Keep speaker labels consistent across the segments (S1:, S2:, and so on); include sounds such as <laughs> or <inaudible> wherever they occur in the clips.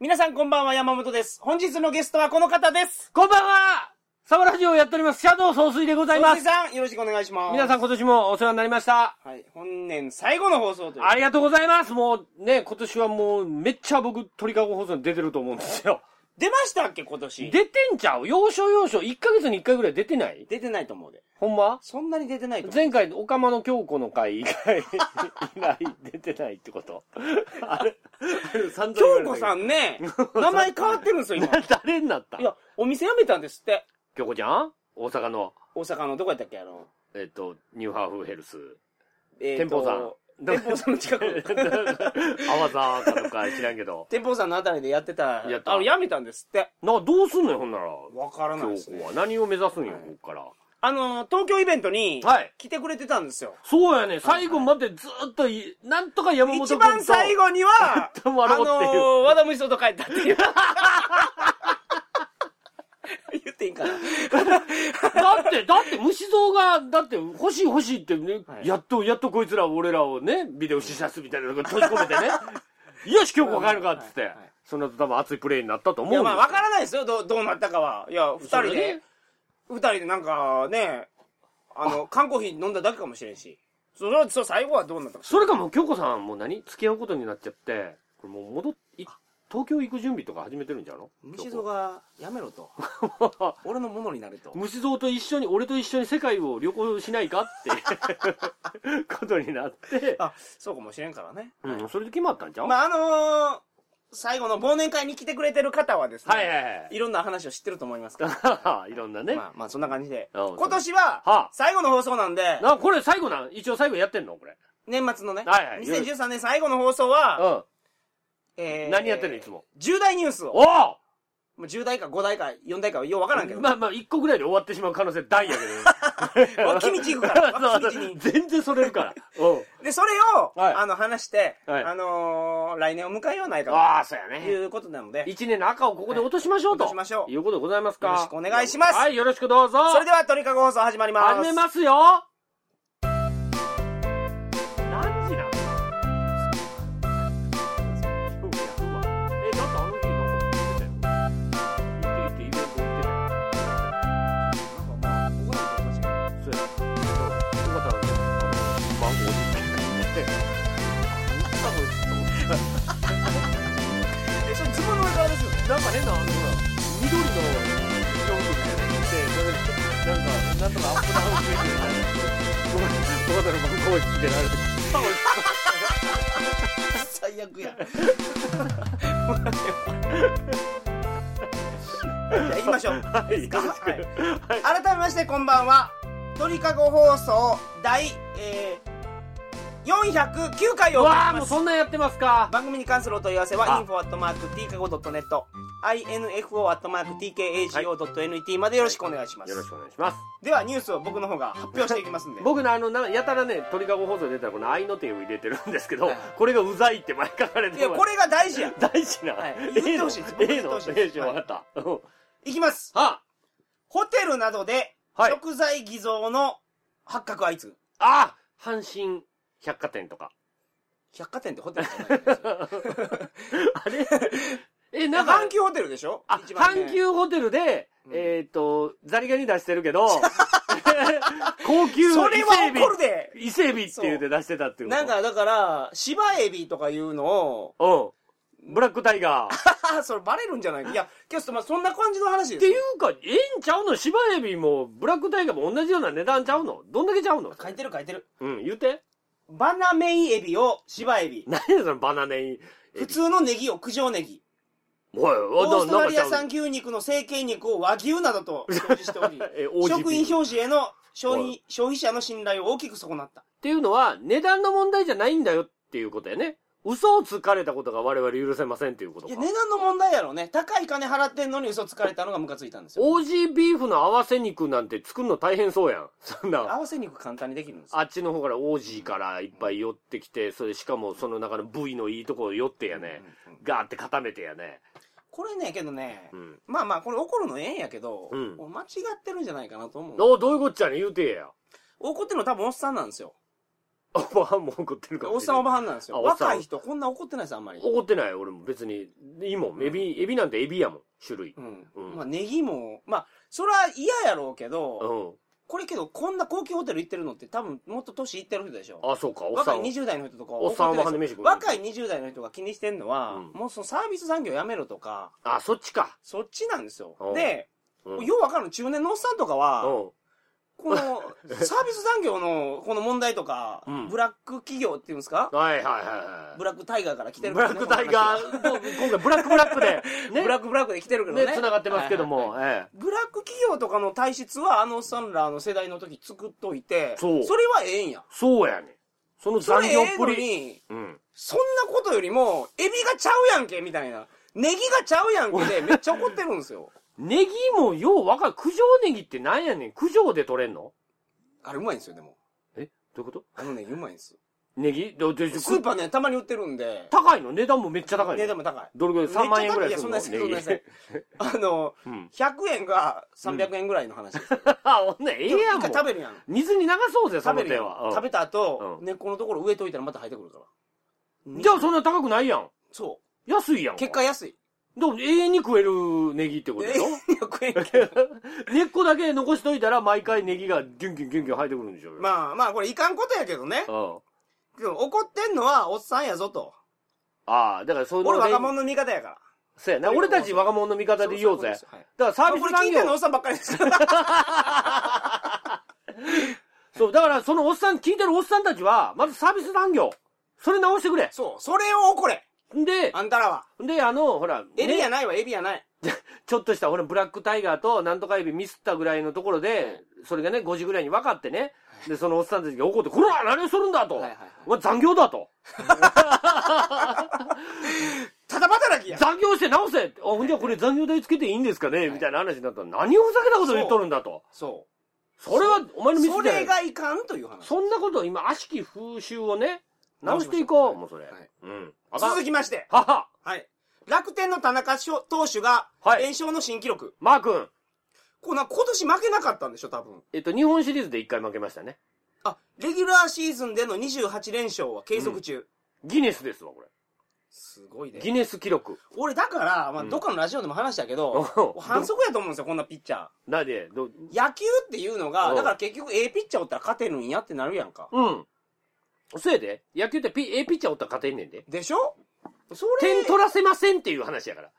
S1: 皆さんこんばんは、山本です。本日のゲストはこの方です。
S2: こんばんはサバラジオをやっております、シャドウ総帥でございま
S1: 松井
S2: す。
S1: さん、よろしくお願いします。
S2: 皆さん今年もお世話になりました。
S1: はい、本年最後の放送という。
S2: ありがとうございます。もうね、今年はもうめっちゃ僕、鳥かご放送に出てると思うんですよ。
S1: 出ましたっけ、今年。
S2: 出てんちゃう要所要所、1ヶ月に1回ぐらい出てない
S1: 出てないと思うで。
S2: ほんま
S1: そんなに出てないと思う。
S2: 前回、オカマの京子の回以外、以来出てないってことあれ、あれ、散々言わ
S1: 京子
S2: れたけど
S1: さんね、名前変わってるんですよ、今。 <laughs> い
S2: 誰になった
S1: や、お店辞めたんですって。
S2: 京子ちゃん大阪の、
S1: 大阪のどこやったっけ、あの、
S2: えっと、ニューハーフヘルス。 <laughs>
S1: えー
S2: 店舗さん。
S1: 店舗さんの近 <laughs> く。
S2: あわざかとか知らんけど。
S1: 店舗さんのあたりでやってた。
S2: やった
S1: あの、辞めたんですって。
S2: な、どうすんのよ、ほんなら。
S1: わからない
S2: 京
S1: です
S2: 子
S1: ね
S2: は。。何を目指すんよ、ここから。
S1: あの、東京イベントに、
S2: はい
S1: 来てくれてたんですよ。
S2: そうやね、最後までずっとい、なんとか山本君と。
S1: 一番最後 <laughs> には、
S2: 止まろうっていう
S1: あのー、和田虫と帰ったっていう。 <laughs> 言っていいんかな。
S2: だって、だって、虫像が、だって、欲しい欲しいってね、
S1: はい
S2: やっと、やっとこいつら、俺らをね、ビデオ試写室みたいなのが閉じ込めてね、 <laughs> よし、今日こ帰るかっつって、
S1: はいはいはい
S2: その後多分熱いプレーになったと思うん
S1: い
S2: です
S1: や、
S2: よ
S1: まあ、わからないですよ、どう、どうなったかは。いや、二人
S2: それ
S1: で
S2: ね、
S1: 二人でなんか、ね、あの、缶コーヒー飲んだだけかもしれんし。その、そう、最後はどうなったか。
S2: それかもう、京子さん、もう何付き合うことになっちゃって、これもう戻っ、い東京行く準備とか始めてるんじゃろ
S1: 虫蔵が、やめろ <laughs> と。俺のものになれと。
S2: 虫蔵と一緒に、俺と一緒に世界を旅行しないか
S1: <laughs>
S2: って、ことになって、
S1: あ、そうかもしれんからね。
S2: うん、それで決まったんちゃう、
S1: まあ、あのー、最後の忘年会に来てくれてる方はですね、
S2: はいはい
S1: いろんな話を知ってると思いますから。
S2: はい。いろんなね。
S1: まあ、まあ、そんな感じで。
S2: あそう
S1: 今年
S2: は
S1: は
S2: あ、
S1: 最後の放送なんで、
S2: なこれ最後なん一応最後やってんのこれ。
S1: 年末のね、
S2: はいはい
S1: 2013年最後の放送は、
S2: うん。
S1: えー
S2: 何やってんのいつも。
S1: 重大ニュースを、
S2: おお
S1: もう10代か5代か4代かはようわからんけど、
S2: まあまあ、一個ぐらいで終わってしまう可能性大や
S1: <laughs>
S2: けど。
S1: 脇道行くから
S2: <laughs> そう
S1: 脇道に
S2: 全然それ
S1: <laughs>
S2: るから。うん。
S1: で、それを、
S2: はい
S1: あの、話して、
S2: はい
S1: あのー来年を迎えようないか
S2: ああ、そうや
S1: と
S2: ね。
S1: いうことなので、
S2: 一年の赤をここで落としましょうと。
S1: はい落としましょう
S2: いうことでございますか。
S1: よろしくお願いします
S2: はい、よろしくどうぞ。
S1: それでは、鳥かご放送始まります。
S2: 始めますよ何時なんだ今日やるわえ、だってあの日なんか言ってたよ。行って行ってイベント行ってたよ。
S1: なんかまあここだと思いますけど
S2: そうや。よかったらね、あの、マンゴーおじさんみたいになって、あの人
S1: え、それ
S2: だこいつと思って
S1: ズボンの上からですよね。
S2: なんか変な、あの、ほら、緑の色物みたいなの着て、それで、なんか、なんとかアップダウンするみたいな。ごめん、よかったらマンゴーおじつけられて。あおじさん
S1: 最悪や。じゃあ行きましょう。
S2: はい、よろしく。
S1: はい
S2: はい。
S1: 改めましてこんばんは鳥かご放送第、えー、409回をお送り
S2: わ
S1: し
S2: あ、も
S1: ま
S2: う
S1: す
S2: そんなんやってますか。
S1: 番組に関するお問い合わせは
S2: あ
S1: info.tkago.net info.tkago.net までよろしくお願いします、
S2: よろしくお願いします。
S1: ではニュースを僕の方が発表していきますんで
S2: <laughs> 僕のあの、なやたらね、鳥かご放送で出たらこの愛の手を入れてるんですけど
S1: はい、
S2: これがうざいって前書かれて
S1: いやこれが大事や
S2: 大事な。
S1: はい
S2: ええ
S1: 譲ってほ
S2: の
S1: しいです僕譲ってほしい
S2: ええのえ
S1: で
S2: え
S1: す
S2: じゃん、わかった。うん
S1: いきます
S2: あ
S1: ホテルなどで
S2: はい
S1: 食材偽造の発覚相次ぐ
S2: あ阪神百貨店
S1: <laughs>
S2: とか。
S1: 百貨店ってホテルじゃないですよ
S2: あれえ、 <laughs> なんか
S1: 阪、急ホテルでしょ
S2: あ、
S1: 一番ね
S2: 阪急ホテルで、
S1: うん
S2: えっと、ザリガニ出してる
S1: <laughs>
S2: けど、高級伊
S1: それは
S2: 勢
S1: 怒るで
S2: 海老、伊勢海老って言うて出してたっていうこ
S1: な
S2: と。
S1: んかだから、芝エビとかいうのを、 <laughs>
S2: うん。ブラックタイガー。っ
S1: あそれバレるんじゃないか。いや、今日まあそんな感じの話です
S2: て
S1: よ。
S2: いうか、ええんちゃうの芝エビも、ブラックタイガーも同じような値段ちゃうのどんだけちゃうの
S1: 書いてる書いてる。
S2: うん、言うて。
S1: バナメイエビを芝エビ。
S2: 何やそのバナネイン。
S1: 普通のネギを九条ネギ。
S2: おい、
S1: オー
S2: おい
S1: スト
S2: なな
S1: ラ
S2: んか
S1: リ
S2: ちゃ
S1: ア
S2: うの、
S1: 産牛肉の成形肉を和牛などと表示しており
S2: <laughs> え OGP
S1: 食品表示への消
S2: お
S1: 費消費者の信頼を大きく損なった。
S2: っていうのは、値段の問題じゃないんだよっていうことやね。嘘をつかれたことが我々許せませんっていうこと
S1: い
S2: か
S1: や、。値段の問題やろうね。高い金払ってんのに嘘つかれたのがムカついたんですよ。
S2: オージービーフの合わせ肉なんて作るの大変そうやん。 <laughs> そんな。
S1: 合わせ肉簡単にできるんですよ。
S2: あっちの方からオージーからいっぱい寄ってきて、それしかもその中の部位のいいとこを寄ってや
S1: う
S2: ね。
S1: んうんうん
S2: ガーって固めてやね。
S1: これね、けどね、
S2: うん。
S1: まあまあ、これ怒るのええんやけど、
S2: うん
S1: 俺間違ってるんじゃないかなと思う。
S2: おうどういうこっちゃね言うてや。
S1: 怒ってるの多分おっさんなんですよ。
S2: <laughs> おばはんも怒ってるか
S1: お
S2: も
S1: っ
S2: し
S1: さ
S2: れ
S1: ん
S2: な
S1: おばは
S2: い。
S1: んなんですよ。
S2: あおっさん
S1: 若い人こんな怒ってないです、あんまり。
S2: 怒ってない俺も別に。いいもん。エビ、エビなんてエビやもん。種類。
S3: うん。
S2: うん。
S1: まあ、ネギも、まあ、それは嫌やろうけど、
S2: うん。
S1: これけど、こんな高級ホテル行ってるのって多分、もっと年いってる人でしょ。
S2: あ、そうか、おっさ
S1: 若い
S2: ん。
S1: 20代の人とかは
S2: おっさん
S1: 怒
S2: は
S1: って
S2: 金
S1: ない
S2: 飯
S1: です
S2: 食う
S1: よ若い20代の人が気にしてんのは、
S2: うん
S1: もうそのサービス産業やめろとか、
S2: あ、そっちか。
S1: そっちなんですよ
S2: お。
S1: で、
S2: うん。
S1: ようわかるの中年のおっさんとかは、このサービス産業のこの問題とか、
S2: うん
S1: ブラック企業っていうんですか
S2: うんはいはいはいはい。
S1: ブラックタイガーから来てる
S2: ブラックタイガ
S1: ー、
S2: ー、もう今回ブラックブラ
S1: <laughs>
S2: ックで、ね、
S1: ブラックブラックで来てるけどね。
S2: ね、繋がってますけど
S1: はいはいはい
S2: も、ええ。
S1: ブラック企業とかの体質はあのおっさんらの世代の時作っといて、
S2: そう
S1: れはええんや。
S2: そうやねん。その
S1: そ
S2: 残
S1: れえ
S2: 業っ
S1: え
S2: ぷ
S1: の
S2: り。
S1: に、
S2: うん。
S1: そんなことよりも、エビがちゃうやんけ、みたいな。ネギがちゃうやんけ
S2: <laughs>
S1: で、めっちゃ怒ってるんですよ。
S2: ネギもようわかる。九条ネギってなんやねん。九条で取れんの
S1: あれうまいんですよ、でも。
S2: えどういうこと
S1: あのネギうまいんですよ。
S2: ネギどで
S1: スーパーね、たまに売ってるんで、
S2: 高いの値段もめっちゃ高いの
S1: 値段も高い。
S2: どれぐらい ?3 万円ぐらいするの
S1: めっちゃ高いいやそんな
S2: ネ
S1: やつそんなやつ <laughs> あの、
S2: ギ <laughs> うん。
S1: 100円が300円ぐらいの話です。
S2: あ、ほんならええ
S1: 一
S2: やん。
S1: 回
S2: もう
S1: 食べるやん。
S2: 水に流そうぜ、そ
S1: 食
S2: の
S1: べる
S2: 手
S1: やん
S2: は。。
S1: 食べ
S2: べ
S1: た後、
S2: うん
S1: 根っこのところ植えといたらまた生えてくるから。
S2: じゃあそんな高くないやん。
S1: そ
S2: 安いやん
S1: う。
S2: か。
S1: 結果安い。 <laughs>
S2: でも永遠に食えるネギってことでしょ
S1: 100円
S2: <laughs> 根っこだけ残しといたら毎回ネギがギュンギュンギュンギュン生えてくるんでしょうよ。
S1: まあまあ、これいかんことやけどね。
S2: あ
S1: でも怒ってんのはおっさんやぞと。
S2: ああ、だからその
S1: 俺若者の味方やから。
S2: そうやな。俺たち若者の味方でいよう
S1: そうで
S2: ぜ。だ
S1: すはい
S2: からサービ
S1: こ
S2: ス
S1: れ聞
S2: 産
S1: いてんのお
S2: 業。
S1: っさんばっかりです
S2: <laughs>
S1: から。
S2: そう、だからそのおっさん、聞いてるおっさんたちは、まずサービス産業。それ直してくれ。
S1: そう、それを怒れ。
S2: んで、
S1: あんたらは。
S2: で、あの、ほら、
S1: エビや
S2: ね、
S1: ないわ、エビやない。
S2: ちょっとした、ほら、ブラックタイガーとなんとかエビミスったぐらいのところで、それがね、5時ぐらいに分かってね、で、そのおっさんたちが怒って、こら何をするんだと。
S1: はいはいはい
S2: お前残業だと。
S1: ただ働きや。
S2: 残業して直せあ、ほんじゃこれ残業代つけていいんですかねみたいな話になったら、何をふざけたこと言っとるんだと。
S1: そ
S2: それは、お前
S1: う。
S2: のミス
S1: そ
S2: じゃな
S1: れ
S2: い。
S1: がいかんという話。
S2: そんなこと、今、悪しき風習をね、直していこう。もうそれ。
S1: はい
S2: うん。あかん
S1: 続きまして。
S2: はは
S1: はい。楽天の田中投手が
S2: は、い
S1: 連勝の新記録。
S2: マー君。
S1: こうな今年負けなかったんでしょ、多分。
S2: えっと、日本シリーズで一回負けましたね。
S1: あ、レギュラーシーズンでの28連勝は継続中。
S2: ギネスですわ、これ。
S1: すごいね。
S2: ギネス記録。
S1: 俺だから、まあ、
S2: うん
S1: どっかのラジオでも話したけ
S2: お
S1: ど、
S2: う
S1: 反則やと思うんですよ、こんなピッチャー。
S2: なで、 <laughs> ど、
S1: 野球っていうの
S2: う
S1: が、
S2: ん
S1: だから結局、ええピッチャーおったら勝てるんやってなるやんか。
S2: うん。そうやで。野球ってピ、ええピッチャーおったら勝てんねんで。
S1: でしょそれ。
S2: 点取らせませんっていう話やから。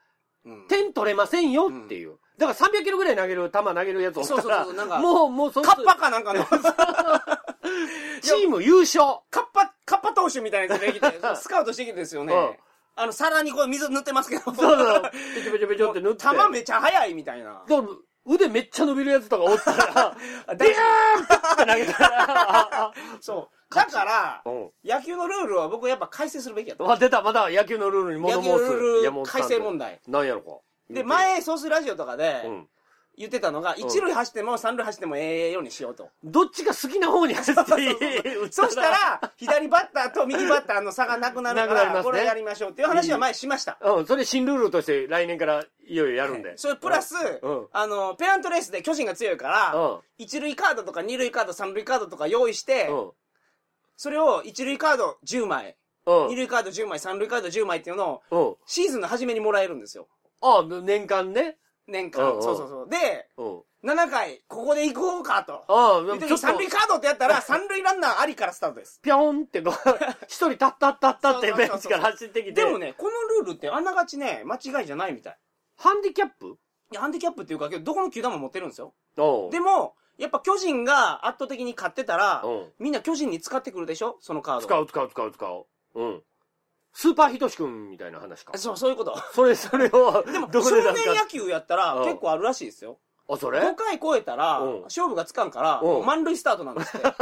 S1: うん
S2: 点取れませんよっていう。だから300キロぐらい投げる球投げるやつおったら、
S1: そうそうそうなんか
S2: もう、もうその
S1: カッパかなんかの、カッ
S2: チーム優勝。
S1: パ、カッパ投手みたいなやつで
S2: <laughs>
S1: きて、スカウトしてきてですよね
S2: うん。
S1: あの、皿にこう水塗ってますけど。
S2: そうそう。
S1: <laughs>
S2: べちょべちょべちょって塗って。
S1: 球めちゃ速いみたいな。
S2: でも腕めっちゃ伸びるやつとかおったら、ビューンって投げたら、
S1: そう。だから、
S2: う
S1: 野球のルールは僕やっぱ改正するべきやと
S2: <laughs> ん。。わ、出た、また野球のルールに物
S1: 野
S2: 申
S1: 球の
S2: す。
S1: ルー
S2: 山
S1: ル
S2: 本さ
S1: 改
S2: んと
S1: 正問題。
S2: なんやろか。
S1: で、、前、ソースラジオとかで
S2: う、ん。
S1: 言ってたのが、一塁走っても三塁走ってもええようにしよう
S2: <laughs>
S1: と。
S2: どっちが好きな方に
S1: <laughs>
S2: 走っていい
S1: そした、ら、左バッターと右バッターの差がなくなるか
S2: なくなりますね
S1: ら、これやりましょうっていう話は前にしました。
S2: うん、それ新ルールとして来年からいよいよやるんで。
S1: それプラス
S2: うん、
S1: あの、ペナントレースで巨人が強いか
S2: うん
S1: ら、一塁カードとか二塁カード三塁カードとか用意して
S2: う、ん。
S1: それを一塁カード10枚、
S2: うん。
S1: 二塁カード10枚、三塁カード10枚っていうのを、
S2: うん。
S1: シーズンの初めにもらえるんですよ。
S2: あ、年間ね。
S1: 年
S2: うんうん
S1: 間。そうそうそう。で、
S2: うん。
S1: 7回、ここで行こうかと。
S2: あ
S1: いう
S2: あ、
S1: 時に三塁カードってやった
S2: <laughs>
S1: ら、三塁ランナーありからスタートです。
S2: ぴょんってこう、一人タッタッタッタってベンチから走ってきて。
S1: でも、ね、このルールってあながちね、間違いじゃないみたい。
S2: ハンディキャップ
S1: いやハンディキャップっていうか、けどどこの球団も持ってるんですよ。
S2: お
S1: でも、やっぱ巨人が圧倒的に勝ってたら
S2: うん、
S1: みんな巨人に使ってくるでしょそのカード。
S2: 使う使う使う使う。うん。スーパーヒトシ君みたいな話か
S1: あ。そう、そういう
S2: <laughs>
S1: こと。
S2: それ、それを、
S1: でも、
S2: どこ
S1: 少
S2: で出
S1: 年
S2: すか
S1: 野球やったら
S2: うん
S1: 結構あるらしいですよ。
S2: あ、それ
S1: 5回超えたら
S2: うん、
S1: 勝負がつかんから、
S2: うん
S1: もう満塁スタートなんですって。
S2: <laughs>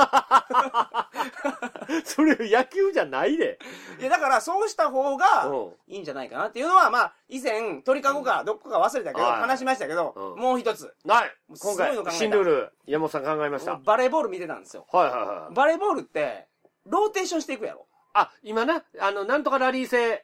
S2: それ野球じゃないで。
S1: いや、だからそうした方が
S2: うん
S1: いいんじゃないかなっていうのは、まあ、以前、鳥かごかどこか忘れたけど、
S2: はい
S1: 話しましたけど、
S2: うん
S1: もう一つ。
S2: ない
S1: すご
S2: 今
S1: いの考えた
S2: 回、新ルール、山本さん考えました。はい
S1: バレーボール見てたんですよ。
S2: はいはい。
S1: バレーボールって、ローテーションしていくやろ。
S2: あ、今な、あの、なんとかラリー制、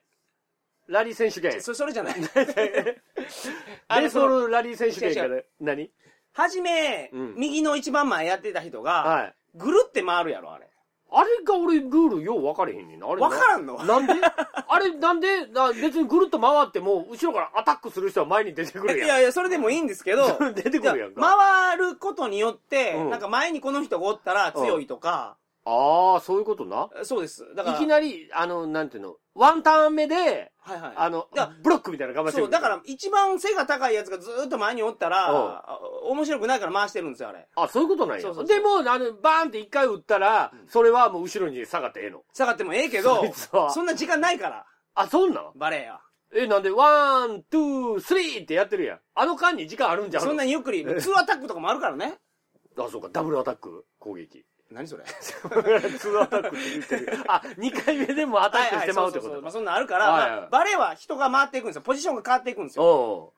S2: ラリー選手権。ベ
S1: そそれじゃ
S2: <laughs>
S1: ない。あ
S2: ー
S1: れ
S2: スボールラリー選手権か
S1: 違う
S2: ら、何
S1: はじめ、
S2: うん
S1: 右の一番前やってた人が、
S2: はい。
S1: ぐるって回るやろ、あれ。
S2: ああれが俺ルールよう分かれへんねんな。あれな
S1: わからんの
S2: なんで <laughs> あれなんでな別にぐるっと回っても後ろからアタックする人は前に出てくる
S1: い
S2: やん。
S1: やいや、それでもいいんですけど、
S2: 出てくるやんか
S1: い回ることによって、
S2: うん
S1: なんか前にこの人がおったら強いとか、
S2: ああ、そういうことな。
S1: そうです。だから、
S2: いきなり、あの、なんていうの、ワンターン目で、
S1: はいはい。
S2: あの
S1: いや、
S2: ブロックみたいなのかまして
S1: そう、
S2: くる
S1: だから、一番背が高いやつがずーっと前におったら、
S2: うん
S1: あ面白くないから回してるんですよ、あれ。
S2: あ、そういうことなんや。
S1: そうそうそう
S2: でも、あの、バーンって一回打ったら、それはもう後ろに下がってええの。
S1: 下がってもええけど
S2: そいつは、
S1: そんな時間ないから、
S2: あ、そんなん
S1: バレエは。
S2: え、なんで、ワン、ツー、スリーってやってるやん。あの間に時間あるんじゃん。
S1: そんなにゆっくり、ツーアタックとかもあるからね。
S2: あ、そうか、ダブルアタック攻
S1: <laughs>
S2: 撃。
S1: 何それ
S2: ツーアタックって言ってる。あ、2回目で <laughs> もアタックしてまうっ
S1: はいはいそうそ
S2: てこ
S1: うそう
S2: と
S1: まあ
S2: か。
S1: そんなんあるから、
S2: はいはい
S1: まあバレエは人が回っていくんですよ。ポジションが変わっていくんですよ。
S2: お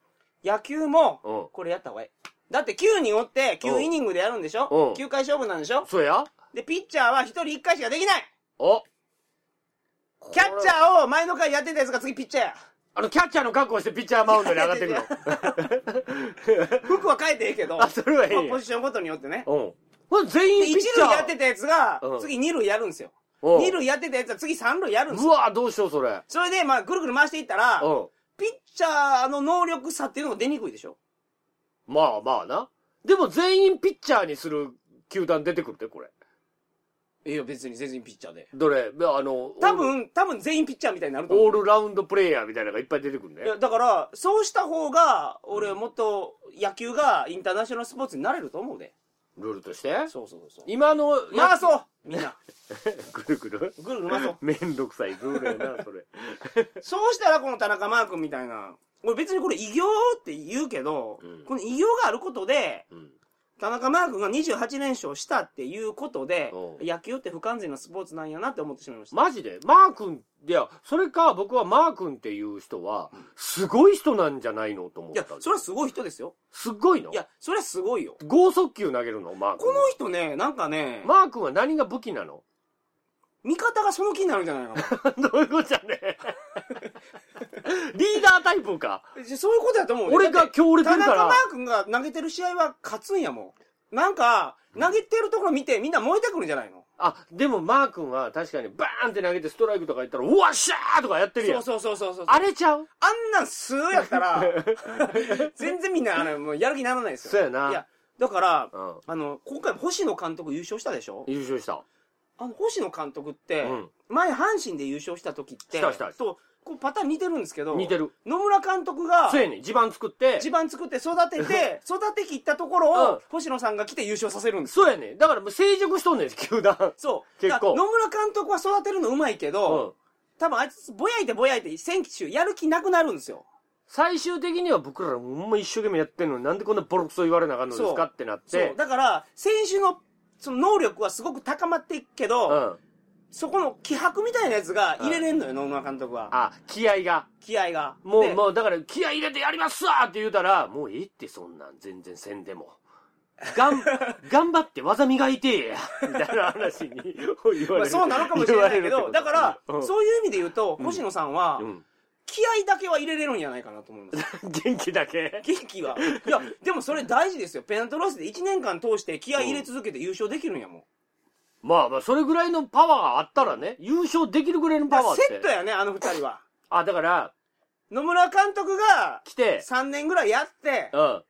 S1: 野球も、
S2: うん。うん。
S1: これやった方がいい。だって9人おって、9イニングでやるんでしょ
S2: うん
S1: ?9 回勝負なんでしょ
S2: そうや
S1: で、ピッチャーは1人1回しかできない
S2: お
S1: キャッチ
S2: ー
S1: ャーを前の回やってたやつが次ピッチャーや。
S2: あの、キャッチャーの格好をしてピッチャーマウンドに上がってくの。
S1: 服は変えてええけど、
S2: <laughs> あ、それはええ
S1: まあ
S2: んや
S1: ポジションごとによってね。
S2: うん。まあ、全
S1: で、1
S2: 員ピッチャー。
S1: 塁やってたやつが
S2: うん、
S1: 次2塁やるんですよ。
S2: うん
S1: 2塁やってたやつは次3塁やるんです
S2: う
S1: よ。
S2: わどうしよう、それ。
S1: それで、まあ、ぐるぐる回していったら、
S2: うん。
S1: ピッチャーの能力差っていうのが出にくいでしょ
S2: まあまあな。でも全員ピッチャーにする球団出てくるって、これ。
S1: いや、別に全然ピッチャーで。
S2: どれあの、
S1: 多分、多分全員ピッチャーみたいになると思
S2: オ
S1: う
S2: ー。ルラウンドプレイヤーみたいなのがいっぱい出てくる
S1: い
S2: ね。
S1: やだから、そうした方が、俺、もっと野球がインターナショナルスポーツになれると思うで。
S2: ルールとして
S1: そうそうそう。
S2: 今の、
S1: 回そうみんな。
S2: ぐるぐる
S1: ぐるぐる回そう。
S2: めんどくさいルールやな、それ。
S1: そうしたら、この田中マー君みたいな。俺別にこれ異業って言うけど、
S2: うん
S1: この異業があることで、
S2: うん。
S1: 田中マー君が28連勝したっていうことで
S2: お、う
S1: 野球って不完全なスポーツなんやなって思ってしまいました。
S2: マジでマー君、いや、それか僕はマー君っていう人は、すごい人なんじゃないのと思っ
S1: いや
S2: た。、
S1: それはすごい人ですよ。
S2: すっごいの
S1: いや、それはすごいよ。
S2: 剛速球投げるのマー君。
S1: この人ね、なんかね、
S2: マー君は何が武器なの <laughs>
S1: 味方がその気になるんじゃないかな。
S2: どういうことじゃ
S1: <laughs>
S2: ねリーダータイプか。
S1: そういうことだと思う。
S2: 俺が強烈
S1: 田
S2: だか
S1: 中マ
S2: ら
S1: ー。君が投げてる試合は勝つんやもん。なんか、投げてるところ見てみんな燃えてくるんじゃないの
S2: あ、でもマー君は確かにバーンって投げてストライクとか言ったら、うわっしゃーとかやってるやん。
S1: そうそうそうそうそう。あ
S2: あれちゃう
S1: あんなん数やったら、 <laughs> 全然みんな、あの、もうやる気にならないですよ。
S2: <laughs> そうやない
S1: や、だから、
S2: うん。
S1: あの、今回星野監督優勝したでしょ
S2: 優勝した。
S1: あの、星野監督って、
S2: うん
S1: 前阪神で優勝した時って、
S2: したした
S1: そう、こうパターン似てるんですけど、
S2: 似てる。
S1: 野村監督が、
S2: そうやねん地盤作っ
S1: <laughs>
S2: て。
S1: 地盤作って育てて、育てきったところを、
S2: うん
S1: 星野さんが来て優勝させるんです
S2: そうやねんだからもう成熟しとん <laughs> ねん、球団。
S1: そう。だ
S2: 結構
S1: から野村監督は育てるのうまいけ
S2: う
S1: ど、
S2: ん。
S1: 多分あいつ、ぼやいてぼやいて、選手やる気なくなるんですよ。
S2: 最終的には僕らも一生懸命やってんのになんでこんなボロクソ言われなあかんのですかってなっ
S1: そ
S2: て
S1: う。。だから、選手の、その能力はすごく高まっていくけど、
S2: うん。
S1: そこの気迫みたいなやつが入れれんのよ、野村監督は。
S2: あ、気合が。
S1: 気合が。
S2: も
S1: で
S2: う、もう、だから、気合入れてやりますわって言うたら、もうええって、そんなん、全然せんでも。が
S1: <laughs>
S2: ん、頑張って技磨いてや、みたいな話に言わ
S1: ま
S2: れ
S1: あ
S2: る。
S1: そうなのかもしれないけ
S2: 言わ
S1: ど、
S2: る
S1: だから、
S2: う
S1: そういう意味で言うと、星野さんは、
S2: ん。
S1: 気合だけは入れれるんじゃないかなと思います。
S2: うん。元気だけ。
S1: 元気は。いや、でもそれ大事ですよ。ペナントロースで1年間通して気合入れ続けて優勝できるんやもん。
S2: まあまあ、それぐらいのパワーがあったらね、優勝できるぐらいのパ
S1: だか
S2: ワー
S1: ら
S2: って。
S1: セットやね、あの二人は。
S2: あ、だから、
S1: 野村監督が
S2: 来て、
S1: 3年ぐらいやって、
S2: うん。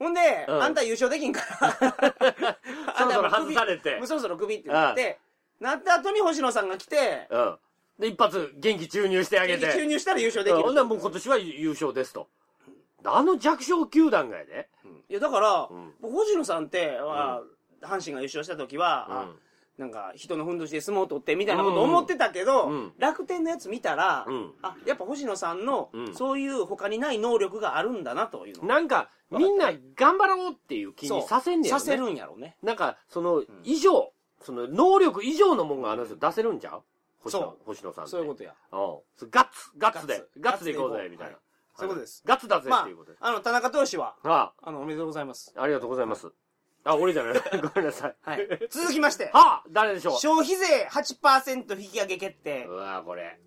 S1: ほんで、
S2: うん
S1: あんた優勝できんから、
S2: そろそろ外されて
S1: <laughs> もう、そろそろクビってなって、なった後に星野さんが来て、
S2: うん。で、一発、元気注入してあげて。
S1: 急入したら優勝でき
S2: うん
S1: る。
S2: ほんならもう今年は優勝ですと。あの弱小球団がやで。
S1: いや、だから、
S2: うん
S1: 僕星野さんって、は阪神が優勝した時は、あなんか人のふんどしで相撲を取ってみたいなこと思ってたけど、
S2: うんうん
S1: 楽天のやつ見たら、
S2: うん
S1: あやっぱ星野さんの、
S2: うん
S1: そういう他にない能力があるんだなというの
S2: なんか、みんな頑張ろうっていう気にさせんねや
S1: そう
S2: ろ、
S1: させ
S2: ね。
S1: るんやろうね
S2: なんか、その、以上、その、能力以上のもんがあの人出せるんじゃう星
S1: そ
S2: 野、星野さんって。
S1: そういうことや
S2: と。うん。ガッツ、ガッツで、ガ
S1: ガッツ
S2: ッツでいこう
S1: ガッツでいこ
S2: ぜ、
S1: う
S2: みたいな
S1: は。そういうことです。
S2: ガッツだぜっ
S1: ま
S2: ていうことで。
S1: あ、あの田中投手は
S2: あ
S1: あのおめでとうござい
S2: <laughs>
S1: ます
S2: あ、ありがとうございます。あ、俺じ
S1: <laughs>
S2: ゃない。ごめんなさい。
S1: はい続きまして
S2: はあ、誰でしょう
S1: 消費税8%引き上げ決定
S2: うわぁ、これ。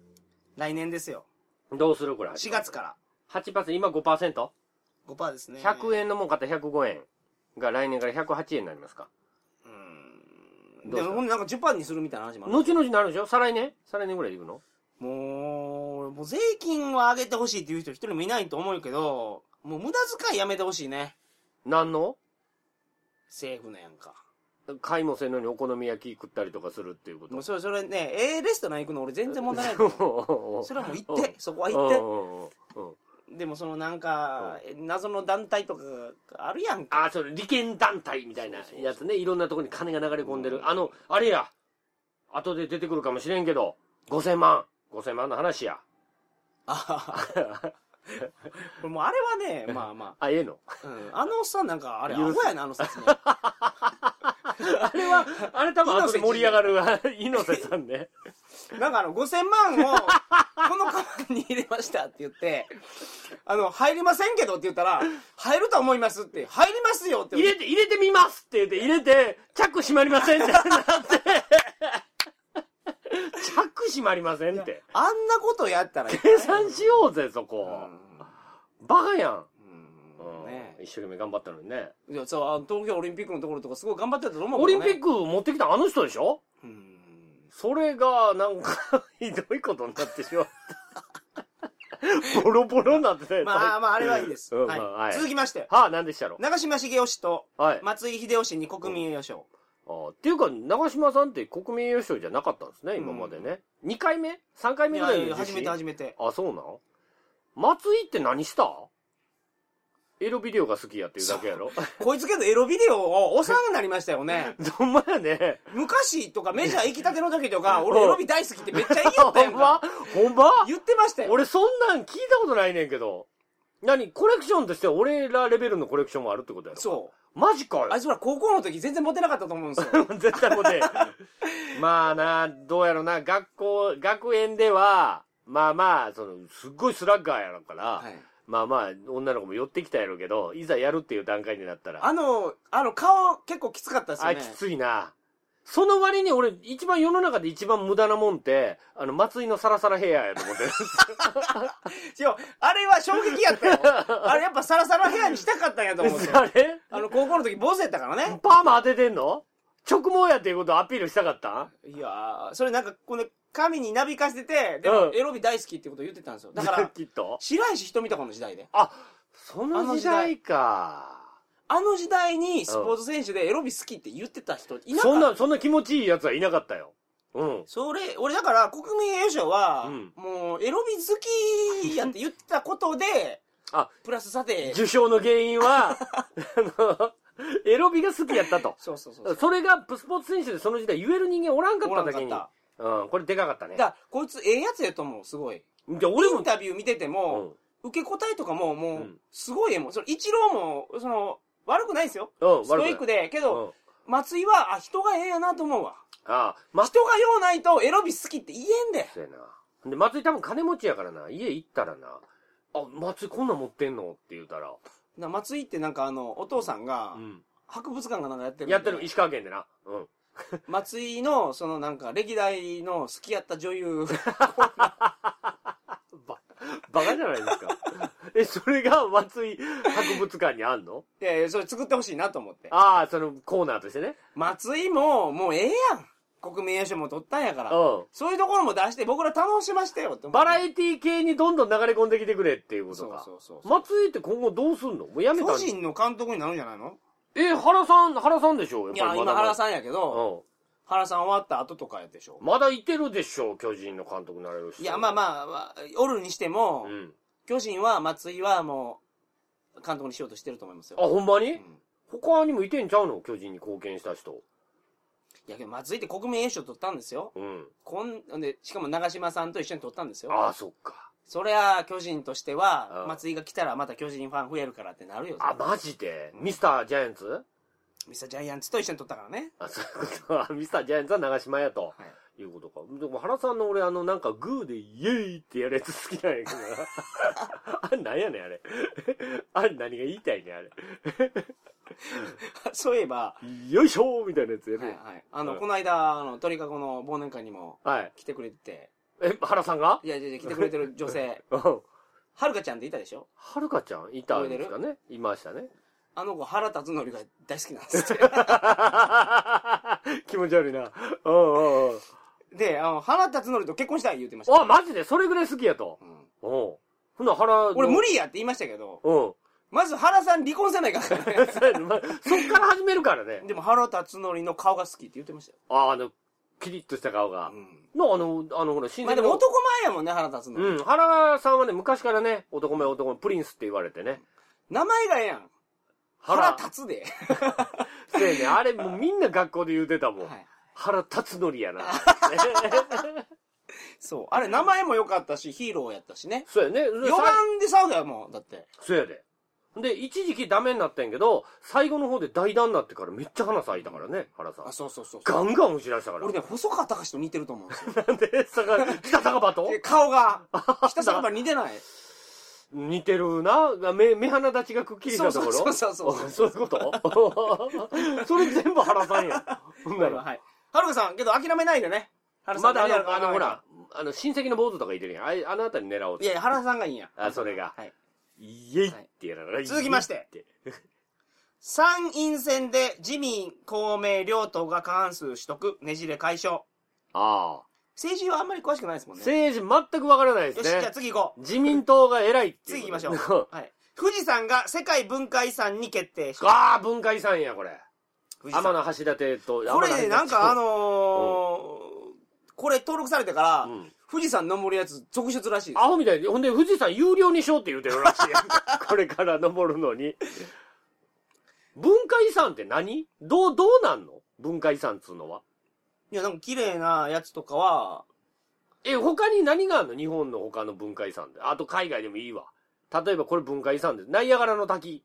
S1: 来年ですよ
S2: どうするこれ。
S1: 4月から
S2: 8%、今 5%?100
S1: 5%ですね
S2: 円のもん買ったら105円が来年から108円になりますか。
S1: うーん
S2: ど
S1: で
S2: うです
S1: も
S2: か
S1: ほんでなんか10%にするみたいな話もある
S2: 後々になるでしょ再来年再来年ぐらいで行くの
S1: もう、もう税金は上げてほしいっていう人一人もいないと思うけど、もう無駄遣いやめてほしいね。
S2: 何の
S1: 政府のやんか。
S2: 買いもせんのにお好み焼き食ったりとかするっていうこと
S1: もうそれ、それね、ええレストラン行くの俺全然問題ない
S2: <laughs>
S1: と思う。そ
S2: そ
S1: れはもう行って、そこは
S2: うん
S1: 行
S2: うんうんうん
S1: って。でもそのなんか、謎の団体とかがあるやんか。
S2: ああそれ利権団体みたいな
S1: そうそうそう
S2: やつねいろんなとこに金が流れ込んで
S1: う
S2: る
S1: ん
S2: あのあれや後で出てくるかもしれんけど5000万5000万の話や
S1: <laughs> あこれもうあれはね、まあま
S2: あえ
S1: <laughs>
S2: えの
S1: あ、うん、あのおっさんなんかあれ、ア
S2: 許す
S1: ホやな、あの説明。
S2: あれはあれ多分後で盛り上がる <laughs> 猪瀬さんね
S1: なんかあの、5000万を、このカバンに入れましたって言って、あの、入りませんけどって言ったら、入ると思いますって、入りますよって
S2: 入れて入れてみますって言って入れてチャック閉まりませんってなって <laughs> チャック閉まりませんって
S1: あんなことやったら、
S2: 計算しようぜそこ、
S1: う
S2: バカやん、
S1: ん。うん。ね
S2: 一生懸命頑張ったのにね
S1: いや、そう、あの東京オリンピックのところとかすごい頑張ってたと思う
S2: オ
S1: け
S2: リ
S1: ど
S2: ン
S1: ね
S2: ピック持ってきたあの人でしょ
S1: うん。
S2: それがなんか <laughs> ひどいことになってしまったボロボロになってたやつ
S1: まあまあ、あれはいいです。
S2: う
S1: は
S2: んまあ
S1: い
S2: はい
S1: 続きまして、
S2: はあ何でしたろ
S1: 長嶋茂雄氏と
S2: はい
S1: 松井秀雄氏に国民栄誉賞。
S2: あーっていうか長嶋さんって国民栄誉賞じゃなかったんですね今までね、二2回目 ?3 回
S1: い
S2: 目ぐ
S1: や
S2: ら
S1: い
S2: い
S1: や
S2: の
S1: 初めて初めて。
S2: あ、そうなん松井って何したエロビデオが好きやっていうだけやろ
S1: こいつけどエロビデオをおさんになりましたよ <laughs> ね。
S2: <laughs> ほんまやね。
S1: 昔とかメジャー行きたての時とか、俺エロビ大好きってめっちゃ言いよった
S2: ほ
S1: や
S2: ん
S1: <laughs> んか
S2: ま。ほんま
S1: 言ってましたよ。
S2: 俺そんなん聞いたことないねんけど。何コレクションとして俺らレベルのコレクションもあるってことやろ。
S1: そう
S2: マジかよ
S1: う。あ。いつら高校の時全然モテなかったと思うんですよ。
S2: <laughs> 絶対モ
S1: <laughs>
S2: テ。まあな、どうやろな、学校、学園では、まあまあ、その、すっごいスラッガーやろから、
S1: はい
S2: まあまあ、女の子も寄ってきたやろうけど、いざやるっていう段階になったら。
S1: あの、あの顔結構きつかったですよ
S2: あ、
S1: ね
S2: き。ついな。その割に俺、一番世の中で一番無駄なもんって、あの、松井のサラサラヘアやと思って
S1: <laughs>
S2: る。
S1: いやあれは衝撃やった <laughs> よ。あれやっぱサラサラヘアにしたかったんやと思 <laughs> うんですよ。
S2: <laughs> あれ
S1: あの高校の時坊主やったからね。
S2: パーマ当ててんの直毛やっていうことをアピールしたかったん
S1: いやー、それなんかこの髪になびかせて、でも
S2: うん
S1: エロビ大好きってことを言ってたんですよ。だから、
S2: <laughs> きっと。
S1: 白石瞳とかの時代で。
S2: あ、その時代か。
S1: あの時代にスポーツ選手でエロビ好きって言ってた人いなか
S2: そ
S1: っ
S2: ん
S1: た
S2: な、そんな気持ちいいやつはいなかったよ。うん。
S1: それ、俺だから国民栄誉賞は、
S2: うん
S1: もうエロビ好きやって言ってたことで、
S2: あ、
S1: プラスさて、
S2: 受賞の原因は、あの、エロビが好きやったと。
S1: そうそうそうそう。
S2: それが、スポーツ選手でその時代言える人間おらんかっただけ
S1: お
S2: に。
S1: らんか
S2: うん、これでかかったね。
S1: だから、こいつええやつやと思う、すごい。
S2: じゃあ俺
S1: イ
S2: も
S1: ン、タビュー見てて
S2: う
S1: も
S2: ん、。
S1: 受け答えとかも、も
S2: う、
S1: うんすごいええもん。その、一郎も、その、悪くないですよ。
S2: うん、悪
S1: ス
S2: く
S1: ト
S2: な
S1: イ
S2: い
S1: ックで。けど、
S2: うん
S1: 松井は、あ、人がええやなと思うわ。
S2: ああ、ま
S1: 人がようないと、エロビ好きって言えんで。
S2: そうやな。で、松井多分金持ちやからな、家行ったらな、あ、松井こんなん持ってんのって言うたら、
S1: な松井ってなんかあの、お父さんが
S2: う、ん。
S1: 博物館がなんかやってるんで。
S2: やってる、石川県でな。うん。
S1: 松井の、そのなんか、歴代の好きやった女
S2: <laughs>
S1: 優。
S2: ば、バカじゃないで
S1: <laughs>
S2: すか。え、それが松井博物館にあんの
S1: いやいやそれ作ってほしいなと思って。
S2: ああ、そのコーナーとしてね。
S1: 松井も、もうええやん。国民栄誉賞も取ったんやから。
S2: う
S1: そういうところも出して、僕ら楽しましてよって
S2: ん。バラ
S1: エ
S2: エティ系にどんどん流れ込んできてくれっていうこ
S1: そ
S2: と
S1: う
S2: か。
S1: そうそうそう。
S2: 松井って今後どうすんのもうやめた
S1: 巨
S2: ん
S1: 人の監督になるんじゃないの
S2: え、原さん、原さんでしょやっ
S1: い
S2: ぱ
S1: や、
S2: り
S1: 今原
S2: ん。
S1: さんやけど、
S2: う
S1: 原さん終わった後とかやでしょ
S2: ん。。まだいてるでしょ巨人の監督になれる人。
S1: いや、まあまあ、まあ、おるにしても、
S2: うん。
S1: 巨人は松井はもう、監督にしようとしてると思います
S2: あ、
S1: よ。
S2: ほんま
S1: う
S2: に
S1: ん
S2: 他にもいてんちゃうの巨人に貢献した人。
S1: いやけど松井って国民栄誉賞取ったんですよ。
S2: うん。
S1: こんで、しかも長嶋さんと一緒に取ったんですよ。
S2: ああ、そっか。
S1: そりゃ、巨人として
S2: う
S1: は、
S2: ん
S1: 松井が来たらまた巨人ファン増えるからってなるよ。
S2: あ、マジでミスタージャイアンツ
S1: ミスタージャイアンツと一緒に取ったからね。 <laughs>
S2: あ、そういうこと <laughs> は、ミスタージャイアンツは長島やと。
S1: はい
S2: い、うことか。でも原さんの俺、あの、なんかグーでイエーイってやるやつ好きなんやけどな。あれ、なんやねん、あれ。 <laughs> あれ、何が言いたいねん、あれ。
S1: そういえば、
S2: よいしょーみたいなやつや
S1: は
S2: る
S1: い
S2: やん。
S1: はい。あの、
S2: うん
S1: この間、あの、鳥かごの忘年会にも
S2: はい。
S1: 来てくれてて、
S2: え、原さんが
S1: いやいやいや来てくれてる女
S2: <laughs>
S1: 性、
S2: うん。
S1: はるかちゃんっていたでしょ
S2: はるかちゃんいたんですかねいましたね。 <laughs>
S1: あの子、原辰徳が大好きなんですって。
S3: 気持ち悪いな。うんうんうん。
S1: で、あの、原辰徳と結婚したい言うてました。
S2: あ、マジでそれぐらい好きやと
S1: う。ん
S2: おうほな、腹の。
S1: 俺無理やって言いましたけど、
S2: うん。 <laughs>
S1: まず原さん離婚せないからね。
S2: そうやねまそっから始めるからね。
S1: でも原辰徳の顔が好きって言ってましたよ。
S2: ああ、あの、キリッとした顔が。の、あの、あの、ほら、親
S1: まあ
S2: 戚
S1: でも
S2: の。
S1: 男前やもんね、原辰徳。
S2: うん、原さんはね、昔からね、男前男前、プリンスって言われてね。
S1: 名前がええやん。原立つで。
S2: せやね、あれ、もうみんな学校で言うてたもん。
S1: はい
S2: 原辰徳やな。
S1: そう。あれ、名前も良かったし、ヒーローやったしね。
S2: そうやね。で
S1: 4
S2: さ
S1: 番でサウダやもん、だって。
S2: そうやで。で、一時期ダメになったんやけど、最後の方で代打になってからめっちゃ花咲いたからね、原さん
S1: あ、。そうそうそう。
S2: ガンガン打ち出したから。
S1: 俺ね、細川隆史と似てると思うんですよ。
S2: なん <laughs> で、さか、北坂場と
S1: <laughs> え顔が。北坂から似てない。
S2: 似てるな。目、目鼻立ちがくっきりしたところ。
S1: そうそうそうそう
S2: あ <laughs> そういうこと <laughs> それ全部原さんや。ほんなら
S1: はい。はるかさん、けど諦めないでね。原さ
S2: ま
S1: ん
S2: だあ
S1: 何やる
S2: の、
S1: か
S2: あ
S1: な
S2: の、ほら、あの、親戚の坊主とかいてるやん。あれあのあたり狙おう
S1: いやいや、原さんがいいんや。
S2: あ、それが。
S1: はい。
S2: イエイってやらない。
S1: 続きまして
S2: イエイって。
S1: 参院選で自民、公明両党が過半数取得、ねじれ解消。
S2: ああ。
S1: 政治はあんまり詳しくないですもんね。よ
S2: 政治全くわからないで
S1: し、じ
S2: す
S1: ゃあ
S2: ね。
S1: 次行こう。
S2: 自民党が偉いってい
S1: 次行
S2: う
S1: きま
S2: こと
S1: し
S2: で
S1: ょう。はい。富士山が世界文化遺産に決定し
S2: <laughs> ああ、文化遺産や、これ。
S1: 富士
S2: 天
S1: 山
S2: の橋立と、
S1: これね、なんかあ
S2: の、
S1: のーこれ登録されてから、
S2: うん
S1: 富士山登るやつ続出らしいで
S2: アホみたいに、ほんで富士山有料にしようって言うてるらしい <laughs> やんこれから登るのに。文化遺産って何どう、どうなんの文化遺産っつうのは。
S1: す。いや、なんか綺麗なやつとかは、
S2: え、他に何があるの日本の他の文化遺産で。あと海外でもいいわ。例えばこれ文化遺産です。ナイアガラの滝。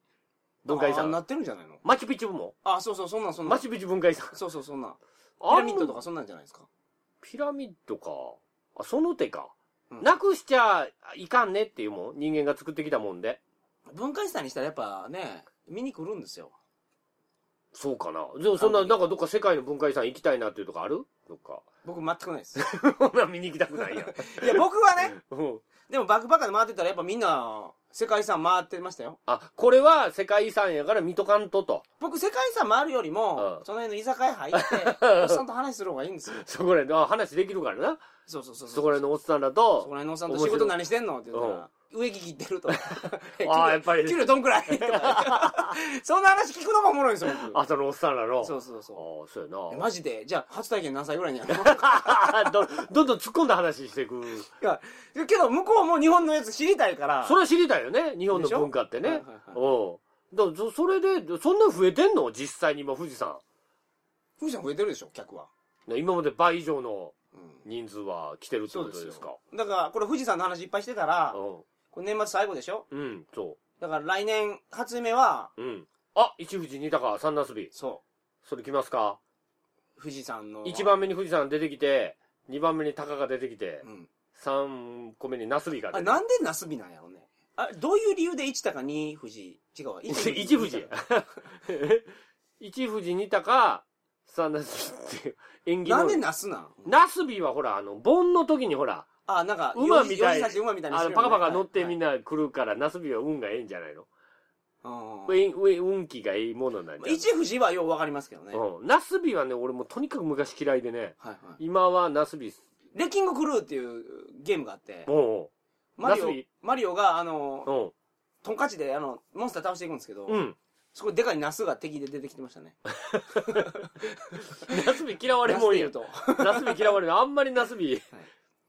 S2: 文化遺
S1: あ
S2: 産
S1: な。ってるんじゃないの
S2: マチュピチュも。
S1: あ、そうそう、そんなんそんな
S2: マ
S1: ん。
S2: チュピチュ文化遺産。
S1: そうそう、そんなん。ピ
S2: あ
S1: ラ
S2: ん
S1: ミッドとかそんなんじゃないですか。
S2: ピラミッドか。あ、その手か。
S1: うん
S2: なくしちゃいかんねっていうもん。人間が作ってきたもんで。
S1: 文化遺産にしたらやっぱね、見に来るんですよ。
S2: そうかな。でもそん
S1: あ
S2: な、
S1: の
S2: なんかどっか世界の文化遺産行きたいなっていうとこあるどっ
S1: <laughs>
S2: か。
S1: 僕全くないです。い
S2: そんな見に行きたく
S1: <laughs>
S2: ないやん。
S1: や、僕はね、
S2: うん
S1: でもバックパッカーで回ってたらやっぱみんな、世界遺産回ってましたよ。
S2: あ、これは世界遺産やから見とかんとと。
S1: 僕、世界遺産回るよりも、
S2: うん
S1: その辺の居酒屋
S2: <laughs>
S1: 入って、おっさんと話する方がいいんですよ。
S2: そこら辺で、あ話できるからな。
S1: そうそうそうそう。
S2: そこら辺のおっさんだ。
S1: そことら辺のおっさんと仕事何してんのって言ったら、植木切って
S2: <laughs>
S1: るとか。え
S2: ああ、やっぱ
S1: 給料給
S2: り。
S1: 料どんくらいとか。
S2: <laughs>
S1: そんな話聞くのがおもろいんですよ、
S2: あ、そのおっさんらの。。
S1: 僕。そううそう
S2: あ
S1: そ
S2: あ、そう
S1: う。え
S2: やな。
S1: マジで、じゃあ、初体験何歳ぐらいにやるの <laughs> い
S2: <laughs> どどんどん突っ込んだ話していく。
S1: やけど、向こうも日本のやつ知りたいから。
S2: それは知りたいよね。日本の文化っ
S1: は
S2: て
S1: い
S2: ね
S1: はい。はい
S2: おうん。だからそそれで、そんな増えてんの実際に今富士山。
S1: 富士山増えてるでしょ、客は。
S2: 今まで倍以上の
S1: うん
S2: 人数は来てるってことですか。
S1: よだから、これ富士山の話いっぱいしてたら、これ年末最後でしょ
S2: うん。うん、そ
S1: だから来年、初夢は、
S2: う。うん。あ、一富士二鷹三なすび。
S1: そ
S2: それ来ますか
S1: う、富士山の。
S2: 一。番目に富士山出てきて、二番目に鷹が出てきて
S1: う、ん。
S2: 三個目にナスビが
S1: あ
S2: 出
S1: れ、
S2: てき
S1: なんでナスビなんやろうね。あ、どういう理由で1高2富士違うわ。
S2: て。 <laughs> 一富士。一富士二鷹三ナスビっていう縁起
S1: な
S2: の
S1: んで。ナスなん
S2: ナスビはほら、あの、盆の時にほら、
S1: あ、なんか、
S2: 馬みたい
S1: より先馬みたいに
S2: あ
S1: して
S2: の、
S1: る
S2: パ
S1: よね
S2: カパカ乗ってみん
S1: は
S2: な来るから、ナスビは運がええんじゃないの
S1: いはい
S2: 運、運、運気がいいものなん
S1: うん
S2: じゃ
S1: 一富士はようわかりますけどね。
S2: ない
S1: はい
S2: うん。ナスビはね、俺もとにかく昔嫌いでね、
S1: はい。
S2: 今はナスビ、
S1: レッキングクルーっていうゲームがあって、
S2: も
S1: マリオ
S2: ナスビ、
S1: マリオが、あ
S2: う、う
S1: の、
S2: ん。
S1: トンカチで、あの、モンスター倒していくんですけど、
S2: うん。
S1: そこでかいナスが敵で出てきてましたね。
S2: ナスビ嫌わ
S1: あ
S2: れ
S1: れ
S2: も
S1: も
S2: ん
S1: い
S2: や
S1: う。 <laughs> と。
S2: ナスビ嫌われる。あんまりナスビ。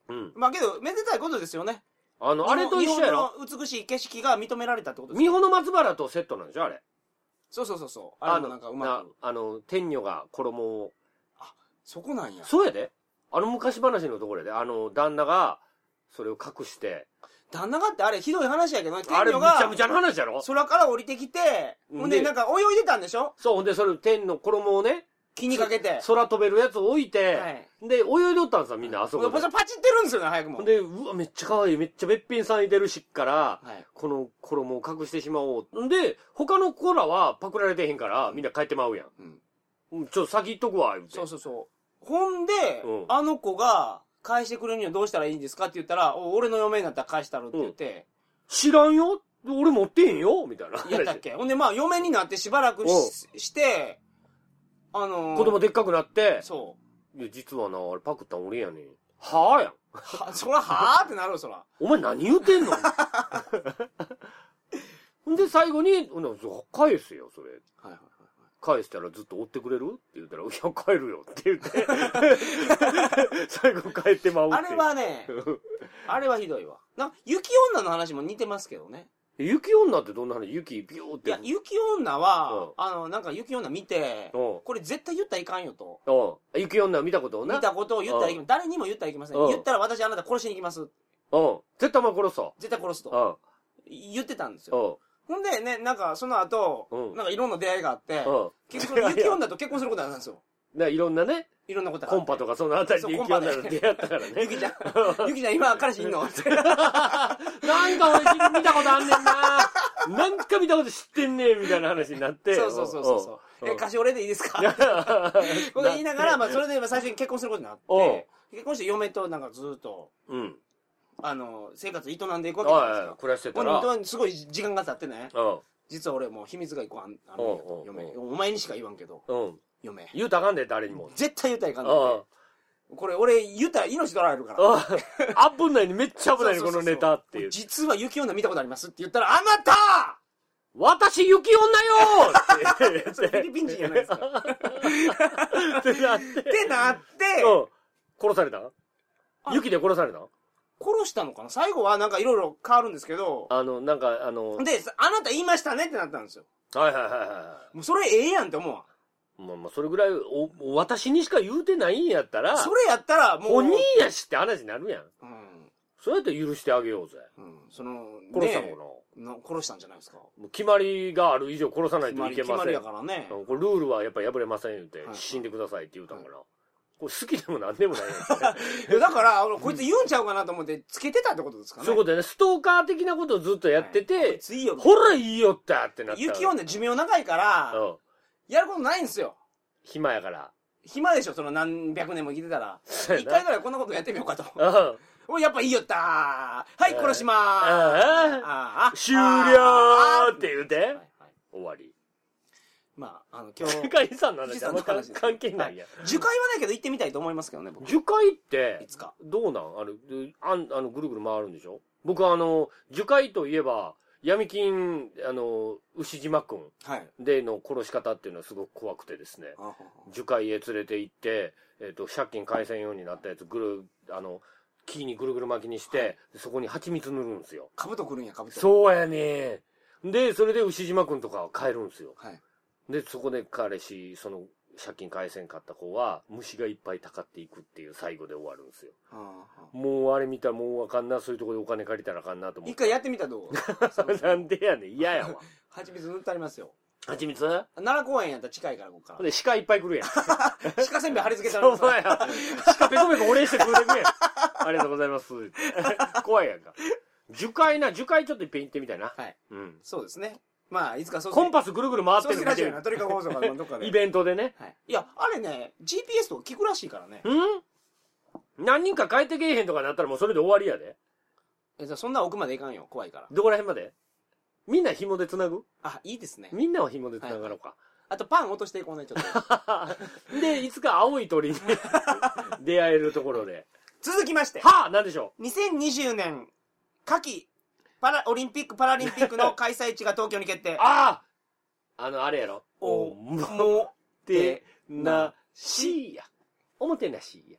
S2: うん。
S1: まあけど、めでたいことですよね。
S2: あの、あれと一緒やろ
S1: 日本の美しい景色が認められたってことです
S2: 三保の松原とセットなんでしょあれ。
S1: そうそうそうそう。あれもな
S2: の、
S1: んかうまく。
S2: あの、天女が衣を。
S1: そこなんや。
S2: そうやで。あの昔話のところやで。あの、旦那が、それを隠して。
S1: 旦那がってあれひどい話やけどね。
S2: あ
S1: 天
S2: れ、
S1: 女
S2: む
S1: が
S2: ちゃむちゃの話やろ
S1: 空から降りてきて、ほんで
S2: で
S1: なんか泳いでたんでしょ
S2: そう、ほんで、それ、天の衣をね、
S1: 気にかけて。
S2: 空飛べるやつを置いて、
S1: はい
S2: で、泳いどったんさ、みんな、あそ
S1: も
S2: こ
S1: うパ
S2: で
S1: チ。パチってるんですよね、早くも。
S2: ほんで、うわ、めっちゃ可愛い、めっちゃべっぴんさんいてるしっから、
S1: はい。
S2: この衣を隠してしまおう。んで、他の子らはパクられてへんから、みんな帰ってまうやん。
S1: うん
S2: うん、ちょっと先行っとくわ、言うて。
S1: そうそうそう。ほんで
S2: うん、
S1: あの子が、返してくれるにはどうしたらいいんですかって言ったら、お俺の嫁になったら返したろって言って、
S2: 知らんよ俺持ってへんよみたいな。
S1: やったっけほんでまあ嫁になってしばらくしして、あのー、
S2: 子供でっかくなって、
S1: そ
S2: いや実はな、あれパクったん俺やねん。はぁやん。
S1: うはそらはーってなるそら
S2: お前何言
S1: <laughs>
S2: うてんのほんで最後に、ほんなら返すよ、それ。
S1: はいはい
S2: 返したらずっと追ってくれるって言ったら、いや、帰るよって
S1: <laughs>
S2: 言って。最後帰ってまうってい
S1: あ
S2: う
S1: れ。はね、あれはひどいわ。なんか雪女の話も似てますけどね。
S2: <laughs> 雪女ってどんな話雪ビュー
S1: い
S2: って。
S1: や、雪女は
S2: うん、
S1: あの、なんか雪女見て、
S2: うん
S1: これ絶対言ったらいかんよと。
S2: うん。雪女見たことな
S1: 見たことを言ったらいけない。誰にも言ったらいけません。
S2: うん
S1: 言ったら私あなた殺しに行きます。
S2: うん。絶対お前殺すわ。
S1: 絶対殺すと。
S2: う
S1: 言ってたんです
S2: ん。
S1: よ。ほんでね、なんかその後
S2: う、ん
S1: なんかいろんな出会いがあって
S2: う、ん。うん。
S1: 結局雪女と結婚することになったんですよ。
S2: ね、いろんなね、
S1: いろんなことがあ
S2: コ
S1: って
S2: ンパとかそのあたりで雪女と出会ったからね
S1: <laughs> ゆ。きちゃん、ゆきちゃん今彼氏いんの
S2: <laughs>
S1: って。
S2: なんか俺見たことあんねんな。なんか見たこと知ってんねんみたいな話になって。
S1: そうそうそうそう。
S2: ん
S1: え、菓子折れでいいですか
S2: う
S1: <laughs> これ言いながら、まあ、それで最初に結婚することになって、結婚して嫁となんかずっと、
S2: ん。うん。
S1: あの、生活営んでいくわけじゃないです
S2: は
S1: か
S2: い、暮らして
S1: ほ
S2: た
S1: ん
S2: ら。
S1: で。
S2: うん。
S1: 本当にすごい時間が経ってね、実は俺もう秘密が一個あんあるんや
S2: おうおう
S1: 嫁。お前にしか言わんけど、
S2: うん。
S1: 嫁。
S2: 言うたらあかんで、誰にも。
S1: 絶対言うたらいかん
S2: うん
S1: の。これ俺言うたら命取られるから。
S2: ああ、危ないね。めっちゃ危ないね、
S1: そう
S2: こ
S1: そうそうそ
S2: の
S1: う
S2: ネタっていう。
S1: 実は雪女見たことありますって言ったら、あなた
S2: 私、雪女よー
S1: それフィリピン人じゃないですか。っ
S2: ってってなって。
S1: てなって、
S2: <laughs> うん。殺された
S1: あ
S2: 雪で殺された
S1: 殺したのかな最後はなんかいろいろ変わるんですけど、
S2: あの、なんか、あの、はい
S1: で、あなた言いましたねってなったんですよ。
S2: はいはいは
S1: もうそれええやんって思うわ。
S2: い。まあまあ、それぐらい、お、お私にしか言うてないんやったら、
S1: それやったらもう。
S2: お兄やしって話になるやん。
S1: うん
S2: それやったら許してあげようぜ。
S1: うんその、
S2: 殺したのかな、
S1: ねな殺したんじゃないですか。
S2: もう決まりがある以上殺さない
S1: 決
S2: と
S1: ま
S2: い
S1: り、
S2: け
S1: 決
S2: ま
S1: ま
S2: せ
S1: り
S2: ん。
S1: やからね。
S2: うんこれルールはやっぱ破れません言って、
S1: はい
S2: 死んでくださいって言うたんかな。これ好きでも何でもないやん。
S1: いやだから、あのこいつ言うんちゃうかなと思って、つけてたってことですかね。
S2: そういうことやね。ストーカー的なことをずっとやって
S1: はいこい
S2: て、
S1: ついいよ。
S2: ほらいいよってってなった。
S1: 雪女寿命長いから、
S2: うん。
S1: やることないんですよ。
S2: 暇やから。
S1: 暇でしょ、その何百年も生きてたら。
S2: そうや
S1: 一回ぐらいこんなことやってみようかと。 <laughs>
S2: な。 <laughs> うん。
S1: おいやっぱいいよったーはい、
S2: はい
S1: 殺しまーす。
S2: ああ
S1: あー
S2: 終了
S1: あー
S2: って言う
S1: は
S2: て
S1: い、はい
S2: 終わり。
S1: まあ、あの、
S2: <laughs>
S1: 今日、
S2: 世界遺産の話はあんま
S1: 世界遺産の話
S2: 関係ないやん。
S1: 樹海はないけど行ってみたいと思いますけどね、僕。
S2: 樹海っ
S1: い
S2: て、
S1: つか。
S2: どうなんあれ、であん、あの、ぐるぐる回るんでしょ僕あの、樹海といえば、闇金、あの、牛島くん
S1: はい。
S2: での殺し方っていうのはすごく怖くてですね。
S1: あはは
S2: 樹海へ連れて行って、えっ、と、借金返せんようになったやつ、ぐる、あの、木にぐるぐる巻きにして、そこに蜂蜜塗るんですよ。
S1: 兜来るんや、兜。
S2: そうやねで、それで牛島くんとかは帰るんですよ。
S1: はい。
S2: で、そこで彼氏、その、借金返せんかった子は、虫がいっぱいたかっていくっていう最後で終わるんですよ。
S1: あーはー
S2: もうあれ見たらもうあかんな、そういうとこでお金借りたらあかんなと思って。
S1: 一回やってみたらど
S2: <laughs>
S1: うその
S2: なんでやねん、嫌やわ。
S1: 蜂蜜塗ってありますよ。
S2: 蜂蜜ほ
S1: 奈良公園やったら近いから、ここか
S2: んで鹿いっぱい来る <laughs> やん。
S1: ら。鹿せんべい貼り付けてあり
S2: お
S1: ますから
S2: 前や。鹿ペコペコお礼してくれてくれ。ありがとうございます。怖いやんか。樹海な、樹海ちょっといっぺん行ってみたいな。
S1: はい。
S2: うん。
S1: そうですね。まあ、いつかそう
S2: コンパスぐるぐる回っ
S1: ソー
S2: て
S1: セ
S2: る
S1: ージ
S2: の
S1: ラ
S2: 見て
S1: ジオ
S2: る
S1: な、トリカ放送かどっかで。
S2: イベントでね。
S1: はい。いや、あれね、GPS とか聞くらしいからね。
S2: うん何人か帰ってけえへんとかなったらもうそれで終わりやで。
S1: えじゃあそんな奥までいかんよ、怖いから。
S2: どこら辺までみんな紐で繋ぐ
S1: あ、いいですね。
S2: みんなは紐で繋がろうか。
S1: あとパン落としていこうね、ちょっ
S2: <laughs>
S1: と。
S2: で、いつか青い鳥に <laughs> 出会えるところで。
S1: 続きまして。
S2: はあなんでしょ
S1: 2020年、夏季、パラ、オリンピック・パラリンピッ
S2: <laughs>
S1: クの開催地が東京に決定
S2: う。あああの、あれやろ。
S1: お
S2: も
S1: も
S2: てなしや。おもてなしや。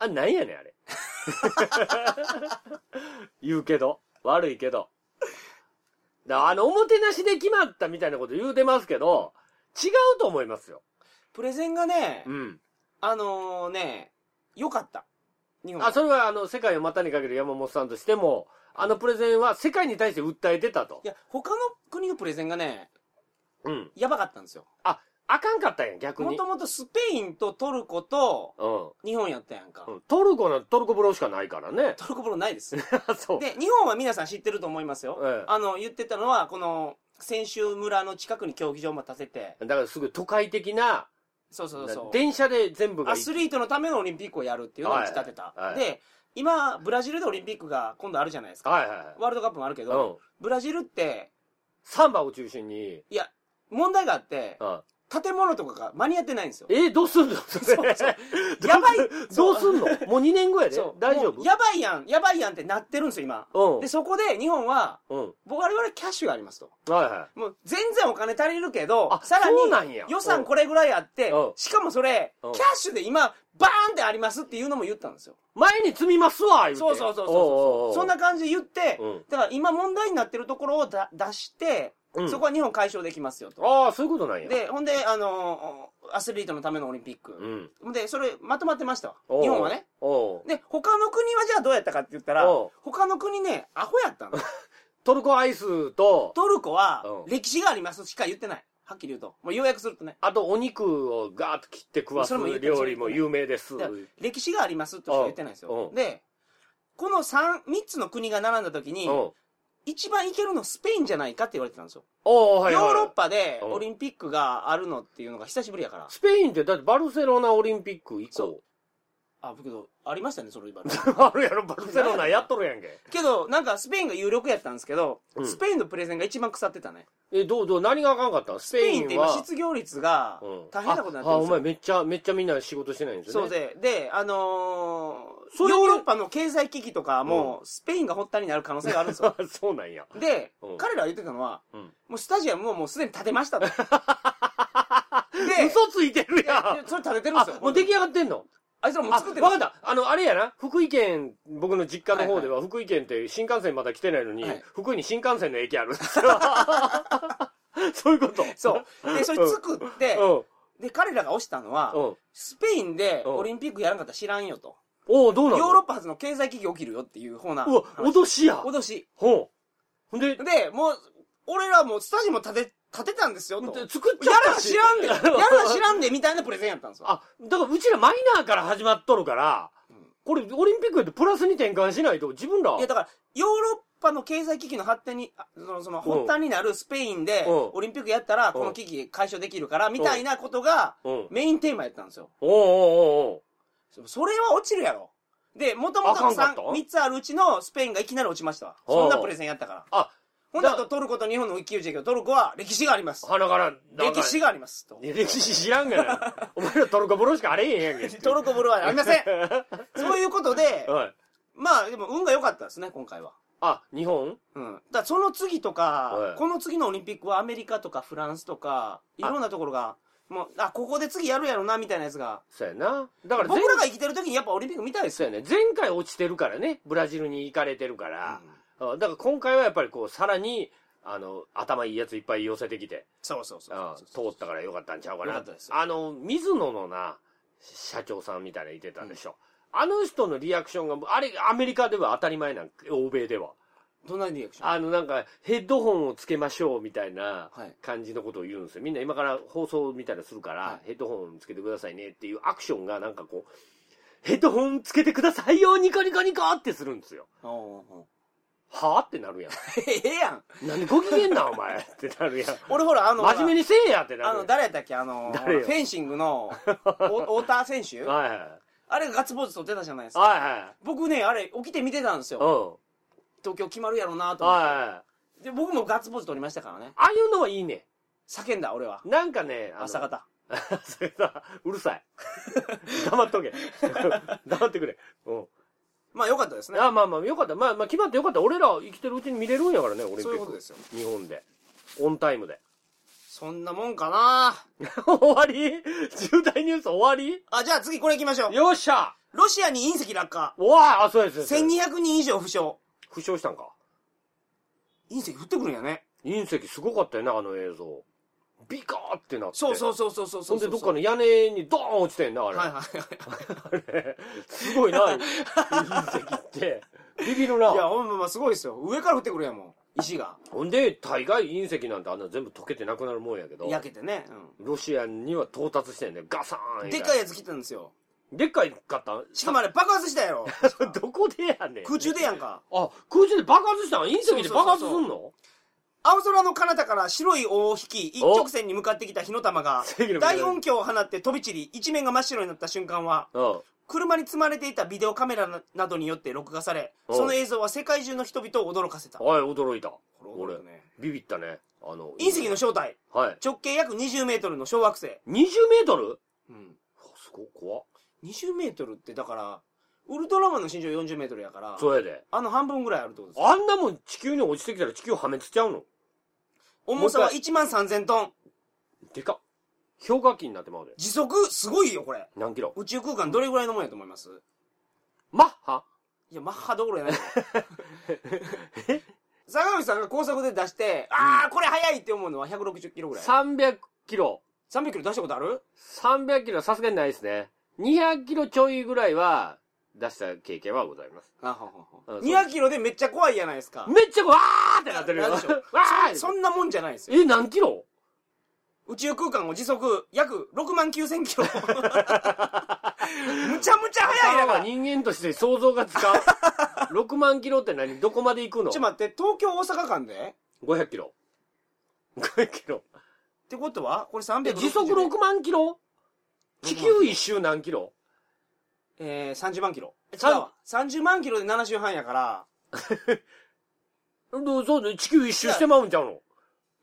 S2: あ、なんやねん、あれ。 <laughs> 言うけど。悪いけど。だあの、おもてなしで決まったみたいなこと言うてますけど、違うと思いますよ。
S1: プレゼンがね、
S2: うん。
S1: あのね、良かった。日本
S2: あ、それはあの、世界を股にかける山本さんとしても、あのプレゼンは世界に対して訴えてたと
S1: い。や、他の国のプレゼンがね、
S2: うん。
S1: やばかったんですよ。
S2: あかんかったんや、逆
S1: も
S2: に
S1: と。もとスペインとトルコと
S2: うん。
S1: 日本やったやんか。
S2: うんトルコの、トルコ風呂しかないか
S1: <laughs>。
S2: らね
S1: トルコ風呂ないです。で、
S2: <laughs> そう。
S1: 日本は皆さん知ってると思いますよ。
S2: ええ
S1: あの、言ってたのは、この、選手村の近くに競技場も建てて、
S2: だからすぐ都会的な、
S1: そうそうそう。
S2: 電車で全部が
S1: ア
S2: 行
S1: スリートのためのオリンピックをやるっていうのを打ち立てた。
S2: はいはい
S1: で、今、ブラジルでオリンピックが今度あるじゃないですか。
S2: はいはいはい。
S1: ワールドカップもあるけど、
S2: うん。
S1: ブラジルって、
S2: サンバを中心に、
S1: いや、問題があって、
S2: うん。
S1: 建物とかが間に合ってないんですよ。
S2: えどうすんのそれ <laughs> ど
S1: やばい
S2: どうすんのもう2年後やで
S1: そう
S2: 大丈夫
S1: もうやばいやん、やばいやんってなってるんですよ、今。
S2: うん
S1: で、そこで日本は、
S2: うん
S1: 僕我々キャッシュがありますと。
S2: はいはい
S1: もう全然お金足りるけど
S2: あ、
S1: さら
S2: そうなんや
S1: に予算これぐらいあって
S2: うん、
S1: しかもそれ、キャ
S2: うん
S1: ッシュで今、バーンってありますっていうのも言ったんですよ。
S2: 前に積みますわ言うて
S1: そうそうそうそうそう。そんな感じで言って
S2: うん、
S1: だから今問題になってるところをだ出して
S2: うん、
S1: そこは日本解消できますよと。
S2: ああーそういうことなんや
S1: で、ほんで、あのー、アスリートのためのオリンピッ
S2: う
S1: ク。
S2: ん
S1: で、それまとまってましたわ
S2: お。う
S1: 日本はね。
S2: おう
S1: で、他の国はじゃあどうやったかって言ったら
S2: おう、
S1: 他の国ね、アホやったの。
S2: トルコアイスと
S1: トルコは
S2: うん
S1: 歴史がありますしか言ってない。はっきり言うと。もう要約するとね。
S2: あとお肉をガーッと切って食わす
S1: それも言って
S2: 料理も有名です
S1: だから歴史がありますってしか言ってないんですよ
S2: う。ん
S1: で、この3、三つの国が並んだ時に、
S2: うん
S1: 一番いけるのスペインじゃないかって言われてたんですよ。
S2: おーはいはい
S1: ヨーロッパで
S2: うん
S1: オリンピックがあるのっていうのが久しぶりやから。
S2: スペインってだってバルセロナオリンピック以
S1: そ
S2: 降
S1: あ、けど、ありましたね、それ今。
S2: あるやろバルセロナやっとるやんけ
S1: <laughs> けど、なんかスペインが有力やったんですけど、
S2: うん
S1: スペインのプレゼンが一番腐ってたね。
S2: えどうどう何があかんかったんス
S1: スペインって今
S2: は
S1: 失業率が
S2: うん
S1: 大変なことになって
S2: ああ
S1: るんで
S2: お
S1: すよ。
S2: 前めっちゃめっちゃみんな仕事してないんですよ
S1: そう
S2: ね
S1: で、で、あのー
S2: それに
S1: ヨーロッパの経済危機とかも、スペインが発端になる可能性があるんです
S2: <laughs>
S1: よ。
S2: そうそうなんや
S1: で、
S2: うん
S1: 彼らが言ってたのは、
S2: うん
S1: もうスタジアムをもうすでに建てま
S2: <laughs>
S1: したと。で、
S2: 嘘ついてる
S1: い
S2: やん
S1: やそれ建ててるんです
S2: あ
S1: よ。
S2: もう出来上がってんの
S1: あいつらもう
S2: あ
S1: 作ってるん
S2: わか
S1: で
S2: っ
S1: すよ。
S2: たあのあれやな福井県僕の実家の方では福井県って新幹線まだ来てないのに、
S1: はい
S2: 福井に新幹線の駅あるん
S1: <laughs>
S2: ですよそういうこと
S1: そう。で、それ作って、
S2: う
S1: で、彼らが推したのは、
S2: んうん
S1: スペインで
S2: うん
S1: オリンピックやらんかったら知らんよと。
S2: おおどう
S1: ヨ
S2: な
S1: ー
S2: の
S1: ロッパ発の経済危機起きるよっていう方な。
S2: うわ脅しや
S1: 脅し。
S2: ほうほんで
S1: で、もう、俺らもうスタジアム建て、建てたんですよと。
S2: 作っちゃ
S1: や
S2: っ
S1: ら
S2: た
S1: な
S2: し
S1: 知ら <laughs> んで、やらな知らんで、みたいなプレゼンやったんですよ。
S2: あ、だからうちらマイナーから始まっとるから、
S1: うん
S2: これオリンピックでプラスに転換しないと自分ら
S1: いや、だから、ヨーロッパの経済危機の発展に、あその、その、
S2: うん
S1: 発端になるスペインで、
S2: うん
S1: オリンピックやったら、
S2: ん
S1: この危機解消できるから、みたいなことが、
S2: うんおう
S1: メインテーマやったんですよ。
S2: おうおうおう
S1: そそれは落ちるやろ。で、もとも
S2: あか
S1: と
S2: んかった
S1: 3、三つあるうちのスペインがいきなり落ちましたわ。
S2: おう
S1: そんなプレゼンやったから。
S2: あ
S1: ほん
S2: だ
S1: だとトルコと日本の一騎打ちだけど、トルコは歴史があります。
S2: 鼻から
S1: 歴史
S2: が
S1: があります。と
S2: 歴史知らんがなお前らトルコ風呂しかあれへんやんけ。
S1: トルコブルはありません
S2: <laughs> は
S1: そういうことで、
S2: <laughs> い
S1: まあでも運が良かったですね、今回は。
S2: あ日本
S1: うん。だからその次と
S2: は
S1: か
S2: い、
S1: この次のオリンピックはアメリカとかフランスとか、いろんなところが、もう、あ、ここで次やるやろな、みたいなやつが。
S2: そうやなだから前
S1: 僕らが生きてる時にやっぱオリンピック見たいです
S2: そう
S1: よ。
S2: やね前回落ちてるからねブラジルに行かれてるから、あだから今回はやっぱりこうさらにあの頭いいやついっぱい寄せてきて
S1: そうそうそう
S2: あ
S1: そう
S2: 通ったからよかったんちゃうか
S1: よか
S2: な
S1: ったですよ
S2: あの水野のな社長さんみたいなのいてたでしょ、あの人のリアクションがあれアメリカでは当たり前なん欧米では
S1: どんなリアクション
S2: あのなんかヘッドホンをつけましょうみたいな
S1: はい
S2: 感じのことを言うんですよみんな今から放送みたいなのするから、
S1: は
S2: ヘッドホンつけてくださいねっていうアクションがなんかこうヘッドホンつけてくださいよニコニコニコってするんですよ
S1: おうおうおう <laughs>
S2: はあってなるやん
S1: ええやん。
S2: なんでご機嫌なお前ってなるやん
S1: 俺ほら、あの、
S2: 真面目
S1: に。
S2: にせえやってな
S1: あ
S2: るや
S1: の、
S2: ん
S1: 誰やったっけあの、ほ
S2: 誰
S1: ら
S2: よ
S1: フェンシング
S2: <laughs>
S1: の、お太田選手
S2: はいは
S1: あれがガッツポーズ取ってたじゃないですか。
S2: いはいはい
S1: 僕ね、あれ、起きて見てたんですよ。
S2: うん
S1: 東京決まるやろなと思って。
S2: はい。
S1: で、僕もガッツポーズ取りましたからね。
S2: ああいうのはいいね。
S1: 叫んだ、俺は。
S2: なんかね、あの
S1: 朝。方。
S2: それさうるさい。 <laughs> 黙っとけ。 <laughs> 黙ってくれ。うん。
S1: まあ、良かったですね。
S2: あまあまあ、よかった。まあまあ、決まってよかった。俺ら生きてるうちに見れるんやからね、オリンピック。
S1: そういうことですよ。
S2: 日本で。オンタイムで。
S1: そんなもんかな
S2: 終わり重大ニュース終わり
S1: あ、じゃあ次これ行きましょう。
S2: よっしゃ
S1: ロシアに隕石落下。
S2: おわあ、そうです。そうです
S1: 1200人以上負傷。
S2: 負傷したんか。
S1: 隕石降ってくるんやね。
S2: 隕石すごかったよね、あの映像。ビカーってなって。
S1: そうそう
S2: そ
S1: そうそうそうそう。
S2: ほんで、どっかの屋根にドーン落ちてんな、あれ。
S1: はいはいはい。
S2: あれ <laughs> すご
S1: <laughs>
S2: いな、隕石って。ビビるな。
S1: いや、ほんままあすごいですよ。上から降ってくるやんもん。石が。
S2: ほんで、大概隕石なんてあんな全部溶けてなくなるもんやけど、
S1: 焼けてね。う
S2: ロシアには到達してんねガサーン
S1: ん。でっかい
S2: い。
S1: やつ来たんですよ。
S2: でっかいかったん
S1: しかもあれ爆発した <laughs> やろ。
S2: どこでやねん。
S1: 空中でやんか。
S2: あ、空中で爆発したん隕石で爆発すんの
S1: そう青空の彼方から白い尾を引き、一直線に向かってきた火の玉 <laughs> が
S2: 正義の、女神
S1: 大音響を放って飛び散り、一面が真っ白になった瞬間は、車に積まれていたビデオカメラななどによって録画され、
S2: お
S1: その映像は世界中の人々を驚かせた。
S2: うん。はい、驚いた。
S1: これ驚いたね
S2: 俺ビビったね。あの、
S1: 隕石の正体。
S2: はい。
S1: 直径約20メートルの小惑星。
S2: 20メートル
S1: うん。
S2: すごい怖っ
S1: 20メートルってだから、ウルトラマンの身長40メートルやから、
S2: そうやで。
S1: あの半分ぐらいあるってことです。
S2: あんなもん地球に落ちてきたら地球破滅しちゃうの
S1: 重さは
S2: もう
S1: 1万3000トン。
S2: でかっ。氷河期になってまうで。
S1: 時速すごいよ、これ。
S2: 何キロ
S1: 宇宙空間どれぐらいのもんやと思います
S2: マッハ
S1: いや、マッハどこ
S2: <laughs>
S1: ろやないよ。坂口さんが高速で出して、あー、これ速いって思うのは160キロぐらい。
S2: ?300 キロ。
S1: 300キロ出したことある
S2: 300キロはさすがにないですね。200キロちょいぐらいは出した経験はございます。
S1: あはは
S2: う
S1: は。
S2: ん
S1: 200キロでめっちゃ怖いやないですか。
S2: めっちゃわーってなってるよ。 <laughs>
S1: な
S2: わ
S1: るでしょ
S2: ー
S1: そんなもんじゃないですよ。
S2: え、何キロ
S1: 宇宙空間を時速約6万9000キロ。む
S2: <laughs>
S1: ちゃむちゃ速いだから。ちょ
S2: 人間として想像がつかん。6
S1: <laughs>
S2: 万キロって何どこまで行くの
S1: っと待って、東京大阪間で
S2: ?500 キロ。500キロ。
S1: ってことはこれ300
S2: で、時速6万キロ地球一周何キロ
S1: えー、30万キロ。違う
S2: さん
S1: わ30万キロで7周半やから、
S2: どうそうだよ地球一周してまうんちゃうの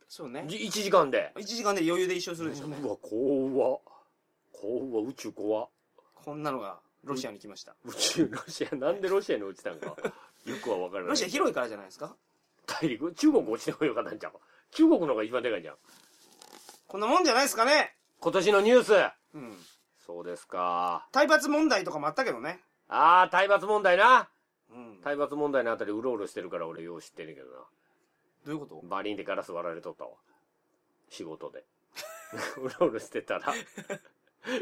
S1: そうね。
S2: じ ?1 時間で。
S1: 1時間で余裕で一周するでしょうね。
S2: うわ、怖っ。怖っ宇宙怖っ
S1: こんなのがロシアに来ました。
S2: 宇宙、ロシア、なんでロシアに落ちたんか。よくは分からない。
S1: ロシア広いからじゃないですか
S2: 大陸中国落ちた方がよかったんちゃうか中国の方が一番でかいじゃん。
S1: こんなもんじゃないですかね
S2: 今年のニュース
S1: うん。
S2: そうですか。
S1: 体罰問題とかもあったけどね。
S2: ああ、体罰問題な。
S1: うん。ど
S2: 体罰問題のあたりうろうろしてるから俺よう知ってんねんけど
S1: ういうこと
S2: な。バリンでガラス割られとったわ。仕事で。 <laughs> うろうろしてたら、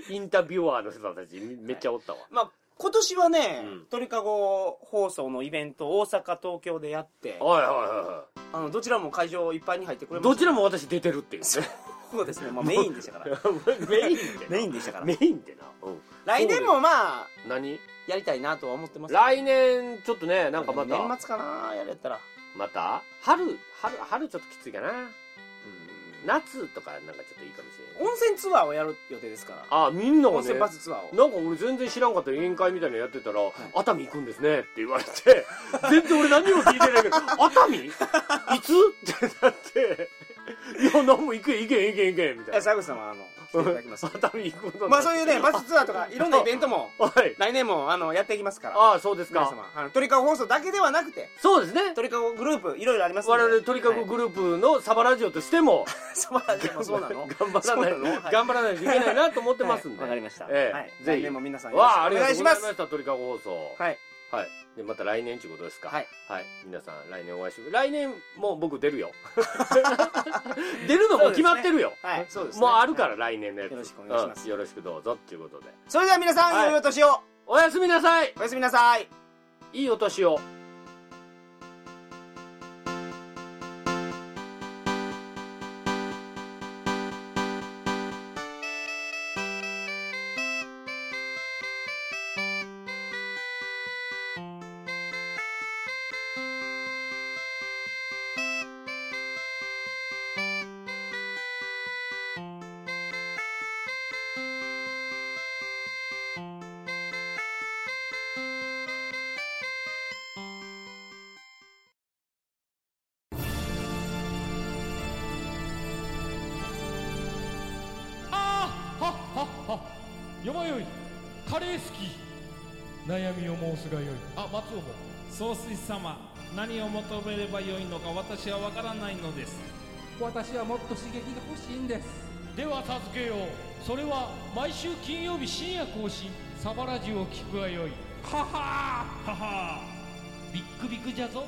S2: インタビュアーの人たちめっちゃおったわ。
S1: まあ、今年はね、
S2: うん
S1: 鳥かご放送のイベント大阪、東京でやって、
S2: はいはいはいは
S1: あの、どちらも会場いっぱいに入ってくれま
S2: い。ど
S1: した。
S2: ちらも私出てるっていうね。
S1: そうですね。まあ、メインでしたから。
S2: <laughs> メインってな
S1: メインでしたから。
S2: メインってな。うん。
S1: 来年もまあ、
S2: 何
S1: やりたいなとは思ってます。
S2: 来年、ちょっとね、なんかまた。
S1: 年末かなやれたら。
S2: また春、春、春ちょっときついかな。夏とかなんかちょっといいかもしれない。
S1: 温泉ツアーをやる予定ですから。
S2: あ、みんな
S1: 温
S2: がね、
S1: 泉
S2: な
S1: バ
S2: んか
S1: スツアーを。
S2: 俺全然知らんかった宴会みたいなのやってたら、熱海行くんですねって言われて、 <laughs> 全然俺何にも聞いてないけど、 <laughs> 熱海いつってなって、いや、何も行け、行け、行け、行け、みた
S1: え、
S2: いな。
S1: 沢口さんは、あの、来ていただきます。
S2: <laughs> 熱海行くことに
S1: ま
S2: な
S1: あ
S2: って
S1: そういうね、バスツアーとか、いろんなイベントも、
S2: はい。
S1: 来年も、あの、やっていきますから。
S2: ああ、そうです
S1: 皆
S2: か。
S1: 様、あの、鳥かご放送だけではなくて、
S2: そうですね。
S1: 鳥かごグループ、いろいろありますんで
S2: 我々鳥かごグループのサバラジオとしても、
S1: そうなんですよそうなの
S2: <laughs> 頑張らない
S1: そうなのはい
S2: 頑張らないといけないなと思ってますんで。
S1: はいわかりました。
S2: ええ
S1: はい。
S2: ぜひ
S1: 来年も皆さんよろしく
S2: わあ、あ
S1: お
S2: りが
S1: 願い
S2: と
S1: うし
S2: ご
S1: ま
S2: ざい
S1: す
S2: ま。した、鳥かご放送。
S1: はい。
S2: はい。で、また来年ということですか。
S1: はい。
S2: はい。皆さん、来年お会いしま来年、もう僕
S1: <laughs>
S2: 出るよ。出るのも決まってるよ。
S1: はい。そうですね。
S2: もうあるから、来年のやつ。
S1: よろしくお願いします
S2: うんよろしくどうぞ、ということで。
S1: それでは皆さん、
S2: はい
S1: 良いお年を。
S2: おやすみなさい
S1: おやすみなさい。
S2: いいお年を。
S4: あーはっはっはよまよいカレー好き悩みを申すがよいあ松尾も
S5: 総帥様何を求めればよいのか私は分からないのです
S6: 私はもっと刺激が欲しいんです
S4: では授けようそれは毎週金曜日深夜更新サバラジュを聞くがよいははははビックビックじゃぞ